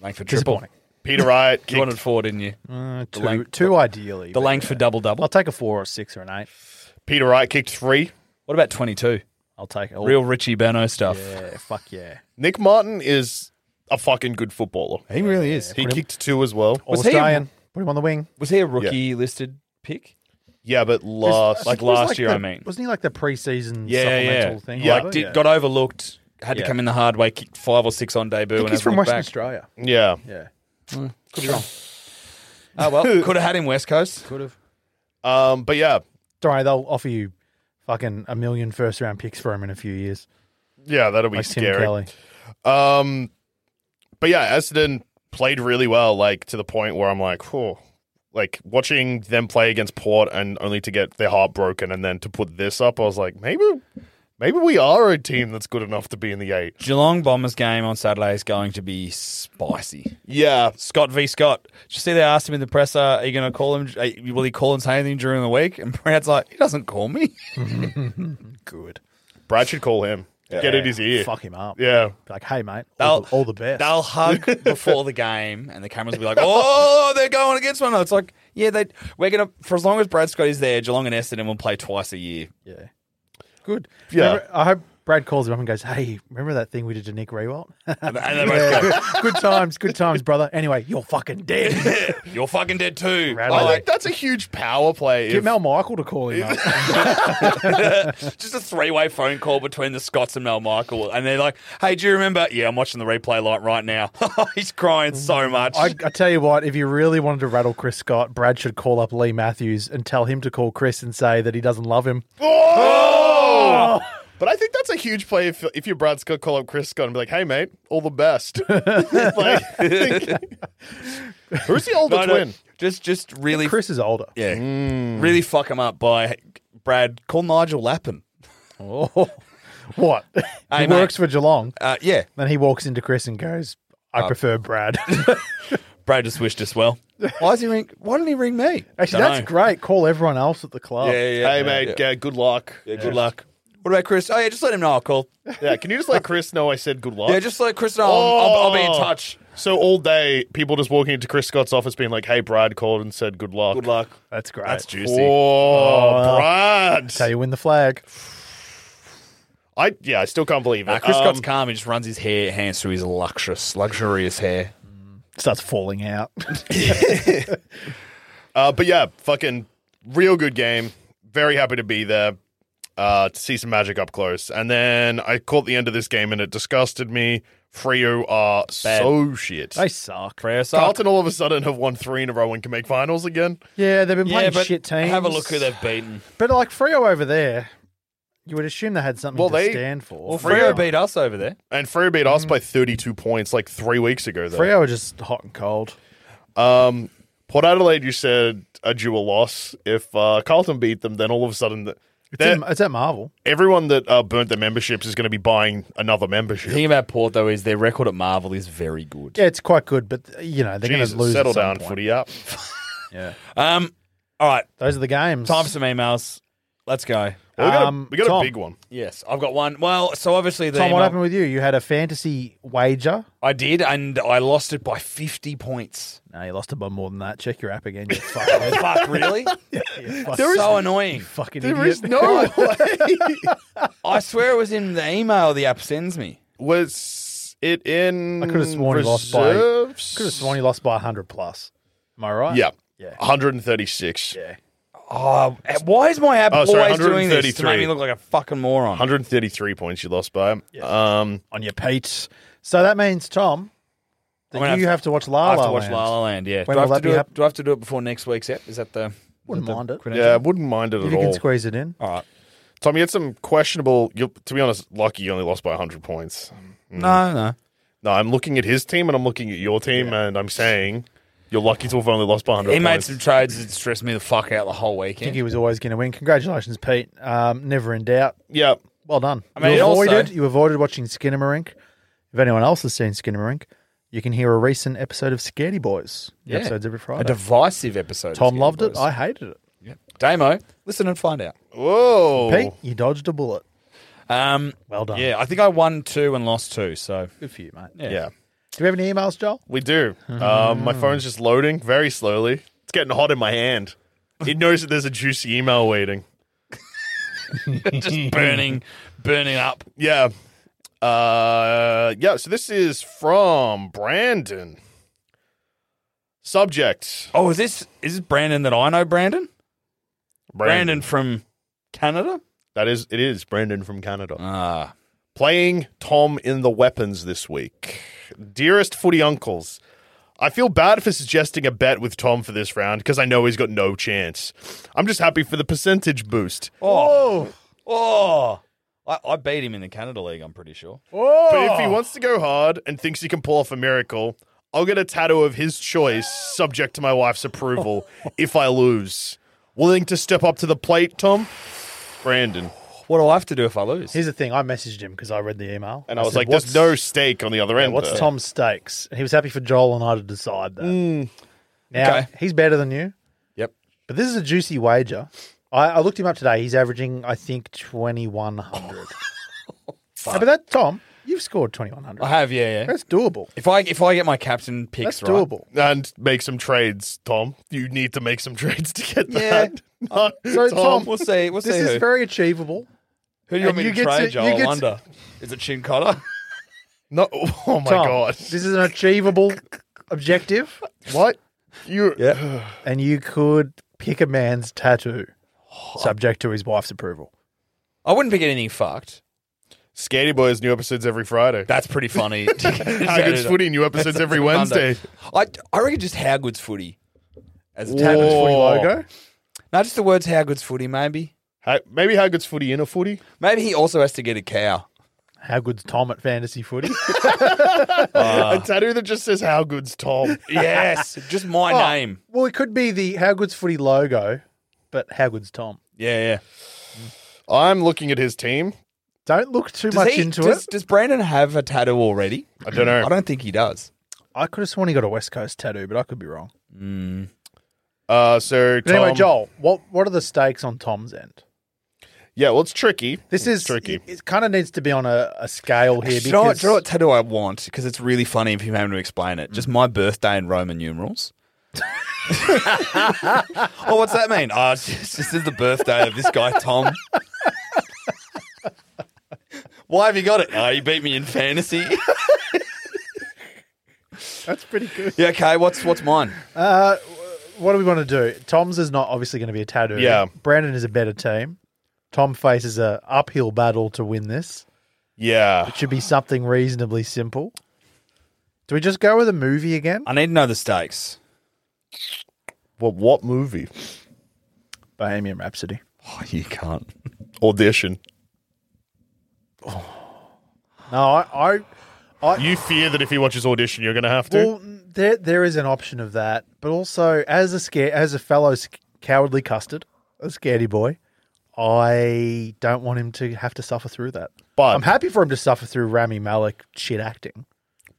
Speaker 3: Langford triple.
Speaker 2: Disappointing.
Speaker 4: Peter Wright
Speaker 3: [laughs] You
Speaker 4: kicked
Speaker 3: wanted four, didn't you?
Speaker 2: Uh, two,
Speaker 3: Lang-
Speaker 2: two ideally.
Speaker 3: The
Speaker 2: but,
Speaker 3: Langford
Speaker 2: uh,
Speaker 3: double double.
Speaker 2: I'll take a four or a six or an eight.
Speaker 4: Peter Wright kicked three.
Speaker 3: What about 22?
Speaker 2: I'll take a
Speaker 3: Real Richie Beno stuff.
Speaker 2: Oh. Yeah, fuck yeah.
Speaker 4: Nick Martin is a fucking good footballer.
Speaker 3: He really is.
Speaker 4: He kicked two as well.
Speaker 2: All
Speaker 3: Was he a-
Speaker 2: Australian. Put him on the wing.
Speaker 3: Was he a rookie listed pick?
Speaker 4: Yeah, but last
Speaker 3: like
Speaker 2: It was
Speaker 3: last year,
Speaker 2: the-
Speaker 3: I mean.
Speaker 2: wasn't he like the preseason
Speaker 3: Yeah,
Speaker 2: supplemental
Speaker 3: yeah.
Speaker 2: thing?
Speaker 3: Yeah,
Speaker 2: or
Speaker 3: like,
Speaker 2: whatever?
Speaker 3: did, got overlooked. Had
Speaker 2: Yeah.
Speaker 3: to come in the hard way. Kicked five or six on debut.
Speaker 2: I think
Speaker 3: and
Speaker 2: he's
Speaker 3: have
Speaker 2: from
Speaker 3: looked
Speaker 2: Western
Speaker 3: back.
Speaker 2: Australia.
Speaker 4: yeah.
Speaker 2: Yeah.
Speaker 3: Oh well, could have had him West Coast. Could have.
Speaker 4: Um, but yeah,
Speaker 2: Don't worry, they'll offer you fucking a million first round picks for him in a few years.
Speaker 4: yeah, that'll be
Speaker 2: Like Tim
Speaker 4: scary.
Speaker 2: Kelly.
Speaker 4: Um, but yeah, Essendon played really well, like to the point where I'm like, oh, like watching them play against Port and only to get their heart broken and then to put this up, I was like, maybe, maybe we are a team that's good enough to be in the eight.
Speaker 3: Geelong Bombers game on Saturday is going to be spicy.
Speaker 4: Yeah,
Speaker 3: Scott v Scott. Did you see they asked him in the presser, "Are you going to call him? uh, Will he call and say anything during the week?" And Brad's like, "He doesn't call me."
Speaker 2: Good.
Speaker 4: Brad should call him. Get in his ear.
Speaker 2: Fuck him up.
Speaker 4: Yeah.
Speaker 2: Be Like, hey, mate, all, the, all the best. [laughs]
Speaker 3: They'll hug before the game, and the cameras will be like, "Oh, they're going against one." another." It's like, yeah, they we're gonna for as long as Brad Scott is there, Geelong and Essendon will play twice a year.
Speaker 2: Yeah. Good.
Speaker 4: Yeah.
Speaker 2: Remember- I hope Brad calls him up and goes, hey, remember that thing we did to Nick Rewalt? [laughs]
Speaker 3: And they both go,
Speaker 2: good, good times, good times, brother. Anyway, you're fucking
Speaker 3: [laughs]
Speaker 2: dead.
Speaker 3: You're fucking dead too.
Speaker 2: Right
Speaker 4: I
Speaker 2: away.
Speaker 4: think that's a huge power play.
Speaker 2: Get
Speaker 4: if-
Speaker 2: Mel Michael to call him up.
Speaker 3: [laughs] Just a three way phone call between the Scots and Mel Michael. And they're like, hey, do you remember? Yeah, I'm watching the replay like right now. [laughs] He's crying so much.
Speaker 2: Mm. I, I tell you what, if you really wanted to rattle Chris Scott, Brad should call up Lee Matthews and tell him to call Chris and say that he doesn't love him.
Speaker 4: Oh! But I think that's a huge play if, if you're Brad Scott, call up Chris Scott and be like, hey, mate, all the best.
Speaker 3: [laughs]
Speaker 4: like, [laughs] I think- who's the older
Speaker 3: No, no,
Speaker 4: twin?
Speaker 3: just, just really,
Speaker 2: Chris Mm. is older.
Speaker 3: yeah, really fuck him up by Brad, call Nigel Lappin.
Speaker 2: [laughs] Oh, what?
Speaker 3: Hey,
Speaker 2: he
Speaker 3: mate.
Speaker 2: works for Geelong.
Speaker 3: Uh, yeah,
Speaker 2: Then he walks into Chris and goes,
Speaker 3: Oh.
Speaker 2: I prefer
Speaker 3: [laughs]
Speaker 2: Brad.
Speaker 3: Brad just wished us well. Why is he ring? Why didn't he ring me?
Speaker 2: Actually,
Speaker 3: Dunno.
Speaker 2: that's great. Call everyone else at the club.
Speaker 3: Yeah, yeah, yeah,
Speaker 4: hey,
Speaker 3: yeah,
Speaker 4: mate,
Speaker 3: yeah.
Speaker 4: uh, good luck.
Speaker 3: Yeah, good luck. What about Chris? Oh yeah, just let him know. I'll call.
Speaker 4: Yeah, can you just let Chris know I said good luck? Oh!
Speaker 3: Yeah, just let Chris know. I'll, I'll, I'll be in touch.
Speaker 4: So all day, people just walking into Chris Scott's office being like, hey, Brad called and said good luck.
Speaker 3: Good luck.
Speaker 2: That's great.
Speaker 3: That's juicy.
Speaker 4: Oh, Brad.
Speaker 2: Tell you win the flag.
Speaker 4: I, yeah, I still can't believe it.
Speaker 3: Nah, Chris
Speaker 4: Um,
Speaker 3: Scott's calm. He just runs his hair, hands through his luxurious, luxurious hair.
Speaker 2: Starts falling
Speaker 4: [laughs]
Speaker 2: out.
Speaker 4: Uh, but yeah, fucking real good game. Very happy to be there uh, to see some magic up close. And then I caught the end of this game and it disgusted me. Frio are so shit.
Speaker 2: They suck.
Speaker 4: Frio suck. Carlton all of a sudden have won three in a row and can make finals again.
Speaker 2: Yeah, they've been
Speaker 4: Yeah,
Speaker 2: playing
Speaker 4: but
Speaker 2: shit teams.
Speaker 4: have a look who
Speaker 3: they've beaten.
Speaker 2: But like Frio over there, you would assume they had something
Speaker 3: Well,
Speaker 2: to
Speaker 3: they-
Speaker 2: stand for.
Speaker 3: Well, Freo beat us over there.
Speaker 4: And Frio beat
Speaker 2: Mm.
Speaker 4: us by 32 points like three weeks ago, though.
Speaker 2: Freo are just hot and cold.
Speaker 4: Um, Port Adelaide, you said, are due a loss. If uh, Carlton beat them, then all of a sudden, th-
Speaker 2: It's, in, it's at Marvel.
Speaker 4: everyone that uh, burnt their memberships is going to be buying another membership.
Speaker 3: The thing about Port though is their record at Marvel is very good.
Speaker 2: Yeah, it's quite good, but you know they're going to
Speaker 4: Jesus,
Speaker 2: lose.
Speaker 4: settle
Speaker 2: at some
Speaker 4: down,
Speaker 2: point.
Speaker 4: footy up.
Speaker 2: Yeah,
Speaker 3: Um, all right,
Speaker 2: those are the games.
Speaker 3: time for some emails. Let's go.
Speaker 4: Well, we got,
Speaker 2: Um,
Speaker 4: a, we got
Speaker 2: Tom.
Speaker 4: a big one.
Speaker 3: Yes, I've got one. Well, so obviously the
Speaker 2: Tom, what
Speaker 3: email-
Speaker 2: happened with you? You had a fantasy wager.
Speaker 3: I did, and I lost it by fifty points.
Speaker 2: No, you lost it by more than that. Check your app again.
Speaker 4: [laughs]
Speaker 2: You fucking,
Speaker 3: Fuck, Uh,
Speaker 2: [laughs]
Speaker 3: [laughs] really?
Speaker 2: you fucking,
Speaker 3: so annoying.
Speaker 2: fucking
Speaker 4: There
Speaker 2: idiot.
Speaker 4: is no
Speaker 2: [laughs]
Speaker 3: I swear it was in the email the app sends me.
Speaker 4: Was it in?
Speaker 2: I could have sworn he lost by. Could have
Speaker 4: reserves?
Speaker 2: sworn he lost by hundred plus. Am I right?
Speaker 4: Yeah.
Speaker 2: Yeah.
Speaker 4: 136.
Speaker 2: Yeah.
Speaker 3: Oh, why is my app
Speaker 4: Oh, sorry,
Speaker 3: always doing this to
Speaker 4: 133.
Speaker 3: make me look like a fucking moron?
Speaker 4: 133 points you lost by. Um,
Speaker 2: On your Pete. So that means Tom, that
Speaker 3: I'm gonna
Speaker 2: you have to watch La
Speaker 3: I have
Speaker 2: La
Speaker 3: to watch
Speaker 2: Land.
Speaker 3: La La Land. Yeah.
Speaker 2: When
Speaker 3: do, I have
Speaker 2: will
Speaker 3: to
Speaker 2: that be
Speaker 3: do, it,
Speaker 2: hap-
Speaker 3: do I have to do it before next week's app? Is that the?
Speaker 2: Wouldn't mind it.
Speaker 4: yeah, I wouldn't mind it
Speaker 2: If
Speaker 4: at
Speaker 2: you
Speaker 4: all.
Speaker 2: can squeeze it in.
Speaker 3: All right.
Speaker 4: Tom, you had some questionable. You, to be honest, lucky you only lost by 100 points.
Speaker 2: Mm.
Speaker 3: No, no.
Speaker 4: No, I'm looking at his team and I'm looking at your team and I'm saying you're lucky to have only lost by 100
Speaker 3: He made
Speaker 4: points.
Speaker 3: some trades that stressed me the fuck out the whole
Speaker 2: I think
Speaker 3: weekend.
Speaker 2: he was always going to win. Congratulations, Pete. Um, never in doubt.
Speaker 4: yeah.
Speaker 2: Well done.
Speaker 3: I mean,
Speaker 2: you
Speaker 3: it also-
Speaker 2: avoided you avoided watching Skinnamarink. If anyone else has seen Skinnamarink, you can hear a recent episode of Scaredy Boys. The
Speaker 3: Yeah.
Speaker 2: episode's every
Speaker 3: A
Speaker 2: Friday.
Speaker 3: divisive episode. of
Speaker 2: Tom
Speaker 3: Skinny
Speaker 2: loved it.
Speaker 3: Boys.
Speaker 2: I hated it.
Speaker 3: Damo, listen and find out. Oh.
Speaker 4: Whoa.
Speaker 2: Pete, you dodged a bullet.
Speaker 3: Um,
Speaker 2: Well done.
Speaker 3: yeah, I think I won two and lost two. So
Speaker 2: Good for you, mate.
Speaker 3: yeah.
Speaker 4: Yeah,
Speaker 2: Do we have any emails, Joel?
Speaker 4: we do. Um, my phone's just loading very slowly. It's getting hot in my hand. It knows that there's a juicy email waiting.
Speaker 3: just burning, burning up.
Speaker 4: Yeah. Uh, yeah, so this is from Brandon. Subject
Speaker 3: Oh, is this is this Brandon that I know? Brandon, Brandon, from Canada.
Speaker 4: That is, it is Brandon from Canada.
Speaker 3: Ah,
Speaker 4: playing Tom in the weapons this week. Dearest footy uncles, I feel bad for suggesting a bet with Tom for this round because I know he's got no chance. I'm just happy for the percentage boost.
Speaker 3: oh, oh. I, I beat him in the Canada League. I'm pretty sure.
Speaker 4: But if he wants to go hard and thinks he can pull off a miracle, I'll get a tattoo of his choice, subject to my wife's approval, if I lose. Willing to step up to the plate, Tom? Brandon.
Speaker 3: What do I have to do if I lose?
Speaker 2: Here's the thing. I messaged him because I read the email,
Speaker 4: And I was
Speaker 2: said,
Speaker 4: like, there's
Speaker 2: "What's-
Speaker 4: no stake on the other end.
Speaker 2: What's
Speaker 4: there."
Speaker 2: Tom's stakes? And he was happy for Joel and I to decide that. Now
Speaker 3: Okay.
Speaker 2: he's better than you,
Speaker 3: yep.
Speaker 2: but this is a juicy wager. I, I looked him up today. He's averaging, I think, twenty one hundred. But that Tom, you've scored twenty one
Speaker 3: I
Speaker 2: hundred.
Speaker 3: have. Yeah, yeah.
Speaker 2: That's doable.
Speaker 3: If I if I get my captain picks
Speaker 2: That's
Speaker 3: right,
Speaker 2: doable.
Speaker 4: And make some trades, Tom. You need to make some [laughs] trades to get
Speaker 3: Yeah.
Speaker 4: that. No,
Speaker 2: So Uh, Tom,
Speaker 3: we'll see. We'll
Speaker 2: this
Speaker 3: see
Speaker 2: is
Speaker 3: who.
Speaker 2: very achievable.
Speaker 3: who do you want me
Speaker 2: and you
Speaker 3: to
Speaker 2: get
Speaker 3: trade,
Speaker 2: to- you
Speaker 3: Joel? I
Speaker 2: get to-
Speaker 3: wonder. Is it Chin Cotter?
Speaker 4: no, [laughs] oh my
Speaker 2: Tom,
Speaker 4: god,
Speaker 2: this is an achievable objective,
Speaker 4: what you?
Speaker 3: Yeah.
Speaker 2: and you could pick a man's tattoo, Oh. subject to his wife's approval.
Speaker 3: I wouldn't pick anything fucked.
Speaker 4: Scaredy Boys new episodes every Friday.
Speaker 3: That's pretty funny.
Speaker 4: How good's footy new episodes every Wednesday.
Speaker 3: I, I reckon just how good's footy as a
Speaker 4: Whoa.
Speaker 3: tagline.
Speaker 2: Footy logo.
Speaker 3: No, just the words how good's footy. Maybe
Speaker 4: How, maybe how good's footy in a footy?
Speaker 2: [laughs]
Speaker 3: maybe he also has to get a cow.
Speaker 2: How good's Tom at fantasy footy?
Speaker 3: Ah.
Speaker 4: a tattoo that just says how
Speaker 2: [laughs]
Speaker 4: good's Tom.
Speaker 3: Yes, just my
Speaker 2: Oh,
Speaker 3: name.
Speaker 2: [laughs] Well, it could be the How Good's Footy logo, but How Good's Tom.
Speaker 3: Yeah, yeah.
Speaker 4: I'm looking at his team.
Speaker 2: Don't look too
Speaker 3: Does
Speaker 2: much
Speaker 3: he-
Speaker 2: into
Speaker 3: does,
Speaker 2: it.
Speaker 3: Does Brandon have a tattoo already?
Speaker 4: I don't know.
Speaker 3: I don't think he does.
Speaker 2: I could have sworn he got a West Coast tattoo, but I could be wrong.
Speaker 4: Uh, so
Speaker 2: But anyway,
Speaker 4: Tom-
Speaker 2: Joel, what what are the stakes on Tom's end?
Speaker 4: Yeah, well, it's tricky.
Speaker 2: This is
Speaker 4: tricky.
Speaker 2: It, kind of needs to be on a, a scale here
Speaker 3: Do you, know what,
Speaker 2: because
Speaker 3: do you know what tattoo I want? Because it's really funny if you having to explain it. Just my birthday in
Speaker 2: [laughs]
Speaker 3: Roman numerals. oh, what's that mean? Oh, it's just, this is the birthday of this guy, Tom. Why have you got it? Oh, you beat me in fantasy.
Speaker 2: [laughs] that's pretty good.
Speaker 3: yeah, okay. What's what's mine?
Speaker 2: What do we want to do? Tom's is not obviously going to be a tattoo.
Speaker 4: Yeah.
Speaker 2: Brandon is a better team. Tom faces a uphill battle to win this.
Speaker 4: Yeah.
Speaker 2: It should be something reasonably simple. Do we just go with a movie again?
Speaker 3: I need to know the stakes.
Speaker 4: Well, what movie?
Speaker 2: Bohemian Rhapsody.
Speaker 3: Oh, you can't.
Speaker 4: Audition.
Speaker 2: No, I, I
Speaker 4: you fear that if he watches audition, you're going to have to.
Speaker 2: Well, there there is an option of that, but also as a scare as a fellow sc- cowardly custard, a scaredy boy, I don't want him to have to suffer through that.
Speaker 4: But-
Speaker 2: I'm happy for him to suffer through Rami Malek shit acting.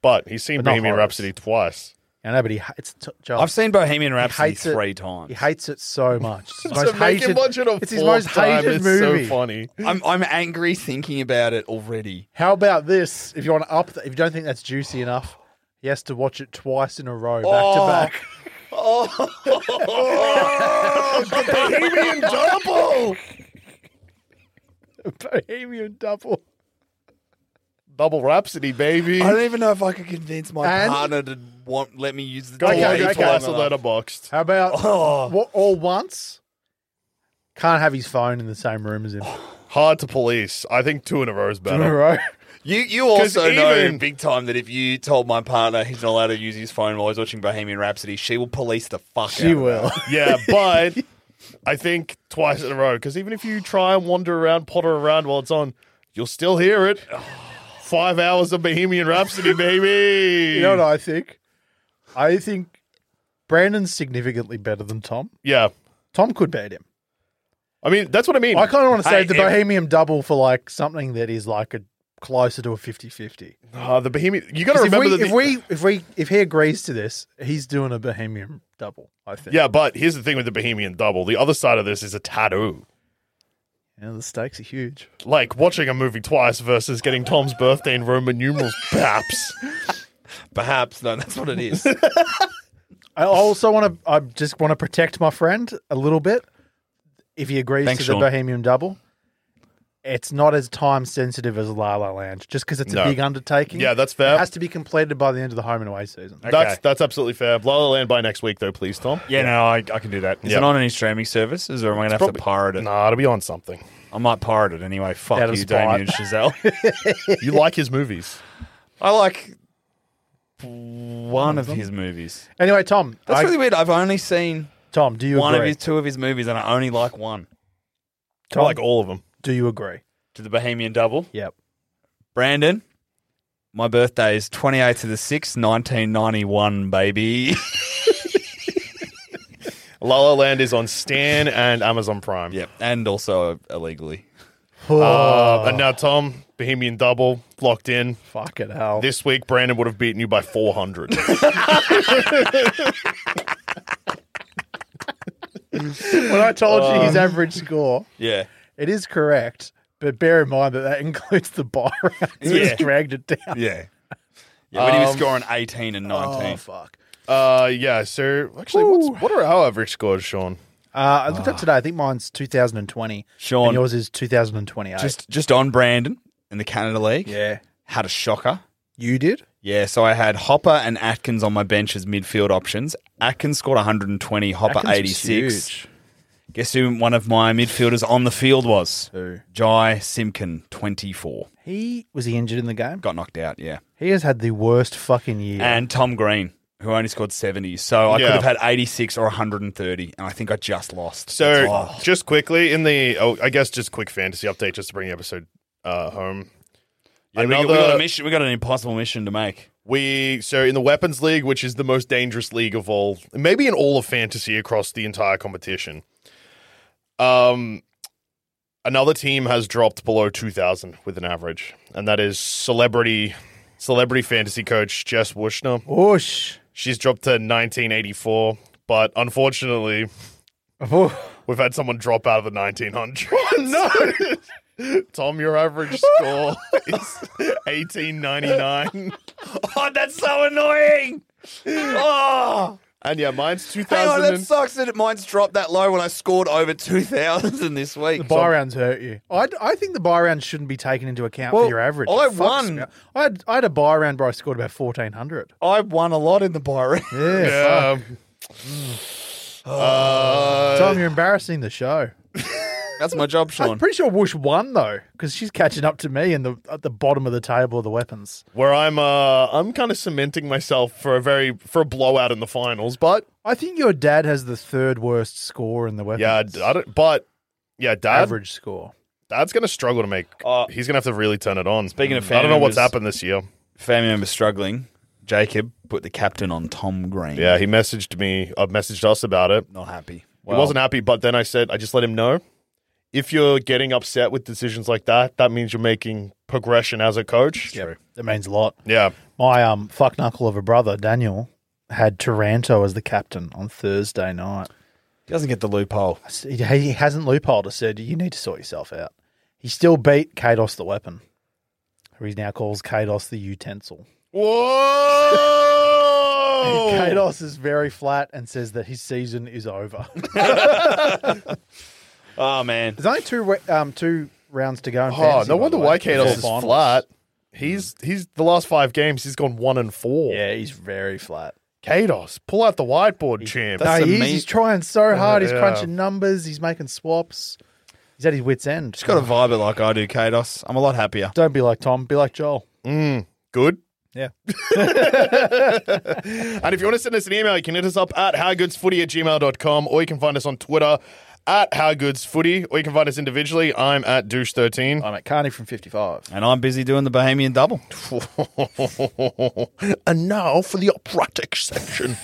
Speaker 4: but he's seen
Speaker 2: but not
Speaker 4: Bohemian
Speaker 2: horrors.
Speaker 4: Rhapsody twice.
Speaker 2: I know, but he ha- it's t- Joel,
Speaker 3: I've seen Bohemian
Speaker 2: Oh. he
Speaker 3: Rhapsody
Speaker 2: hates it-
Speaker 3: three times.
Speaker 2: He hates it so much. It's his
Speaker 4: So
Speaker 2: most
Speaker 4: make him
Speaker 2: hated.
Speaker 4: watch it a
Speaker 2: It's his
Speaker 4: fourth
Speaker 2: most
Speaker 4: time.
Speaker 2: hated
Speaker 4: It's so
Speaker 2: movie.
Speaker 4: funny.
Speaker 3: I'm I'm angry thinking about it already.
Speaker 2: How about this? If you want to up, if you don't think that's juicy enough, he has to watch it twice in a row, back to back.
Speaker 4: Bohemian Double. Oh.
Speaker 2: [laughs] Bohemian Double.
Speaker 4: Double Rhapsody, baby.
Speaker 3: I don't even know if I could convince my
Speaker 2: And-
Speaker 3: partner to want let me use the
Speaker 4: Go
Speaker 3: toilet
Speaker 4: okay,
Speaker 2: Okay,
Speaker 4: okay,
Speaker 3: for
Speaker 2: okay.
Speaker 4: twice a
Speaker 3: long enough.
Speaker 4: letterboxed.
Speaker 2: How about
Speaker 3: Oh.
Speaker 2: what, all once? Can't have his phone in the same room
Speaker 4: Oh,
Speaker 2: as him.
Speaker 4: Hard to police. I think two in a row is
Speaker 2: In a
Speaker 4: better.
Speaker 2: row.
Speaker 3: You you also
Speaker 4: 'Cause
Speaker 3: know
Speaker 4: even-
Speaker 3: big time that if you told my partner he's not allowed to use his phone while he's watching Bohemian Rhapsody, she will police the fuck out.
Speaker 2: She
Speaker 3: of him.
Speaker 2: will.
Speaker 4: [laughs]
Speaker 2: [laughs]
Speaker 4: yeah, but I think twice in a row because even if you try and wander around, potter around while it's on, you'll still hear it. [sighs] Five hours of Bohemian Rhapsody, baby.
Speaker 2: You know what I think? I think Brandon's significantly better than Tom.
Speaker 4: yeah.
Speaker 2: Tom could beat him.
Speaker 4: I mean, that's what I mean.
Speaker 2: I kind of want to
Speaker 4: Hey,
Speaker 2: save the
Speaker 4: if-
Speaker 2: Bohemian double for like something that is like a closer to a 50-50.
Speaker 4: Ah, the Bohemian. You got to
Speaker 2: 'Cause If
Speaker 4: remember
Speaker 2: we,
Speaker 4: that. the-
Speaker 2: if we if we if he agrees to this, he's doing a Bohemian double, I think.
Speaker 4: yeah, but here's the thing with the Bohemian Double. The other side of this is a tattoo.
Speaker 2: And the stakes are huge.
Speaker 4: Like watching a movie twice versus getting Tom's birthday in Roman numerals, [laughs] perhaps.
Speaker 3: Perhaps no, that's what
Speaker 2: [laughs]
Speaker 3: it is.
Speaker 2: I also want to. I just want to protect my friend a little bit. If he agrees
Speaker 3: Thanks,
Speaker 2: to the
Speaker 3: Sean.
Speaker 2: Bohemian Double, it's not as time sensitive as La La Land, just because it's
Speaker 4: No.
Speaker 2: a big undertaking.
Speaker 4: Yeah, that's fair.
Speaker 2: It has to be completed by the end of the home and away season.
Speaker 4: That's that's absolutely fair. La La Land by next week, though, please, Tom.
Speaker 3: yeah, no, I, I can do that. Is
Speaker 4: Yep.
Speaker 3: it on any streaming services, or am I going to have
Speaker 4: probably-
Speaker 3: to pirate it?
Speaker 4: [laughs] Nah, it'll be on something.
Speaker 3: I might pirate it anyway. Fuck
Speaker 2: Out of
Speaker 3: you,
Speaker 2: spite.
Speaker 3: Damien
Speaker 2: [laughs]
Speaker 3: and Chazelle.
Speaker 4: You like his movies.
Speaker 3: I like one of his movies.
Speaker 2: Anyway, Tom,
Speaker 3: That's
Speaker 2: I-
Speaker 3: really weird. I've only seen
Speaker 2: Tom, do you
Speaker 3: one
Speaker 2: agree?
Speaker 3: of his two of his movies, and I only like one.
Speaker 2: Tom,
Speaker 4: I like all of them.
Speaker 2: do you agree?
Speaker 3: To the Bohemian Double,
Speaker 2: Yep.
Speaker 3: Brandon. My birthday is twenty eighth of the sixth, nineteen ninety one, baby. [laughs]
Speaker 4: La La Land is on Stan and Amazon Prime.
Speaker 3: yep, and also illegally.
Speaker 4: Uh, and now, Tom, Bohemian Double, locked in.
Speaker 2: Fucking hell!
Speaker 4: This week, Brandon would have beaten you by [laughs] 400.
Speaker 2: when I told you
Speaker 4: [laughs] Um,
Speaker 2: his average score,
Speaker 3: Yeah,
Speaker 2: it is correct, but bear in mind that [laughs] that includes the buy rounds.
Speaker 3: Yeah.
Speaker 2: He's dragged it
Speaker 3: [laughs]
Speaker 2: down.
Speaker 3: yeah. Yeah, when he was
Speaker 4: Um,
Speaker 3: scoring eighteen and nineteen.
Speaker 2: Oh fuck!
Speaker 4: uh, yeah, so actually, what's, what are our average scores, Sean?
Speaker 2: Uh, I looked up today. I think mine's 2020.
Speaker 3: Ah. Sean.
Speaker 2: and yours is 2028.
Speaker 3: just just on Brandon in the Canada League.
Speaker 2: yeah,
Speaker 3: Had a shocker.
Speaker 2: you did.
Speaker 3: Yeah, so I had Hopper and Atkins on my bench as midfield options. Atkins scored 120, Hopper
Speaker 2: Atkins was
Speaker 3: 86.
Speaker 2: huge.
Speaker 3: Guess who one of my midfielders on the field was?
Speaker 2: Who?
Speaker 3: Jai Simkin, 24.
Speaker 2: He was he injured in the game.
Speaker 3: Got knocked out, yeah.
Speaker 2: He has had the worst fucking year.
Speaker 3: And Tom Green, who only scored 70. So I
Speaker 4: Yeah.
Speaker 3: could have had 86 or 130, and I think I just lost.
Speaker 4: So,
Speaker 3: Oh.
Speaker 4: just quickly, in the, oh, I guess just quick fantasy update just to bring the episode uh, home.
Speaker 3: Yeah, we, got, we got a mission, we got an impossible mission to make.
Speaker 4: We so in the weapons league, which is the most dangerous league of all, maybe in all of fantasy across the entire competition. Um, another team has dropped below two thousand with an average, and that is celebrity celebrity fantasy coach Jess Wushner.
Speaker 2: Whoosh.
Speaker 4: She's dropped to nineteen eighty four, but unfortunately,
Speaker 2: Oh,
Speaker 4: we've had someone drop out of the
Speaker 3: [laughs]
Speaker 4: nineteen hundred.
Speaker 3: Oh,
Speaker 4: no. [laughs] Tom, your average score is eighteen ninety nine,
Speaker 3: [laughs] Oh, that's so annoying! Oh!
Speaker 4: and yeah, mine's two
Speaker 3: Hang on,
Speaker 4: thousand.
Speaker 3: that sucks that mine's dropped that low when I scored over 2,000 this week.
Speaker 2: the buy rounds hurt you. I, I think the buy rounds shouldn't be taken into account
Speaker 3: Well,
Speaker 2: for your average.
Speaker 3: I
Speaker 2: It fucks
Speaker 3: won.
Speaker 2: me up. I had, I had a buy round where I scored about 1400.
Speaker 3: I won a lot in the buy round.
Speaker 2: Yeah.
Speaker 4: Yeah. Uh,
Speaker 2: Tom, you're embarrassing the show.
Speaker 3: [laughs] That's my job,
Speaker 2: I'm
Speaker 3: Sean.
Speaker 2: pretty sure Whoosh won though, because she's catching up to me in the at the bottom of the table of the weapons.
Speaker 4: Where I'm, uh, I'm kind of cementing myself for a very for a blowout in the finals, but
Speaker 2: I think your dad has the third worst score in the weapons.
Speaker 4: yeah, d- I don't, but yeah, dad,
Speaker 2: average score.
Speaker 4: dad's gonna struggle to make. he's gonna have to really turn it on.
Speaker 3: Uh, Speaking of
Speaker 4: I don't know what's
Speaker 3: family members-
Speaker 4: happened this year.
Speaker 3: Family member struggling. Jacob put the captain on Tom Green.
Speaker 4: Yeah, he messaged me. Uh, messaged us about it.
Speaker 3: not happy.
Speaker 4: he wasn't happy, but then I said, I just let him know. If you're getting upset with decisions like that, that means you're making progression as a coach.
Speaker 2: True. That means a lot.
Speaker 4: Yeah.
Speaker 2: My um fuck knuckle of a brother, Daniel, had Taranto as the captain on Thursday night.
Speaker 3: He doesn't get the loophole.
Speaker 2: I s- He he hasn't loopholed us, said you need to sort yourself out. He still beat Kados the weapon, who he now calls Kados the utensil.
Speaker 4: Whoa!
Speaker 2: [laughs] Kados is very flat and says that his season is
Speaker 4: [laughs]
Speaker 2: over.
Speaker 3: Oh man.
Speaker 2: There's only two ra- um two rounds to go. In
Speaker 4: Oh,
Speaker 2: fantasy,
Speaker 4: no
Speaker 2: by
Speaker 4: wonder
Speaker 2: the way,
Speaker 4: why
Speaker 2: before
Speaker 4: Kados is
Speaker 2: finals.
Speaker 4: flat. He's he's the last five games he's gone one and four.
Speaker 2: Yeah, he's very flat.
Speaker 4: Kados, pull out the whiteboard, champ.
Speaker 3: That's
Speaker 2: no, he
Speaker 3: a
Speaker 2: is.
Speaker 3: mean-
Speaker 2: He's trying so hard. He's
Speaker 4: yeah.
Speaker 2: crunching numbers. He's making swaps. He's at his wits' end.
Speaker 3: Just got to vibe it like I do, Kados. I'm a lot happier.
Speaker 2: Don't be like Tom. Be like Joel.
Speaker 4: Good. [laughs]
Speaker 2: Yeah.
Speaker 4: And if you want to send us an email, you can hit us up at howgoodsfooty at gmail.com or you can find us on Twitter at howgoodsfooty or you can find us individually. I'm at [laughs] douche13.
Speaker 2: I'm at Carney from 55.
Speaker 3: And I'm busy doing the Bahamian double.
Speaker 4: and now for the operatic section.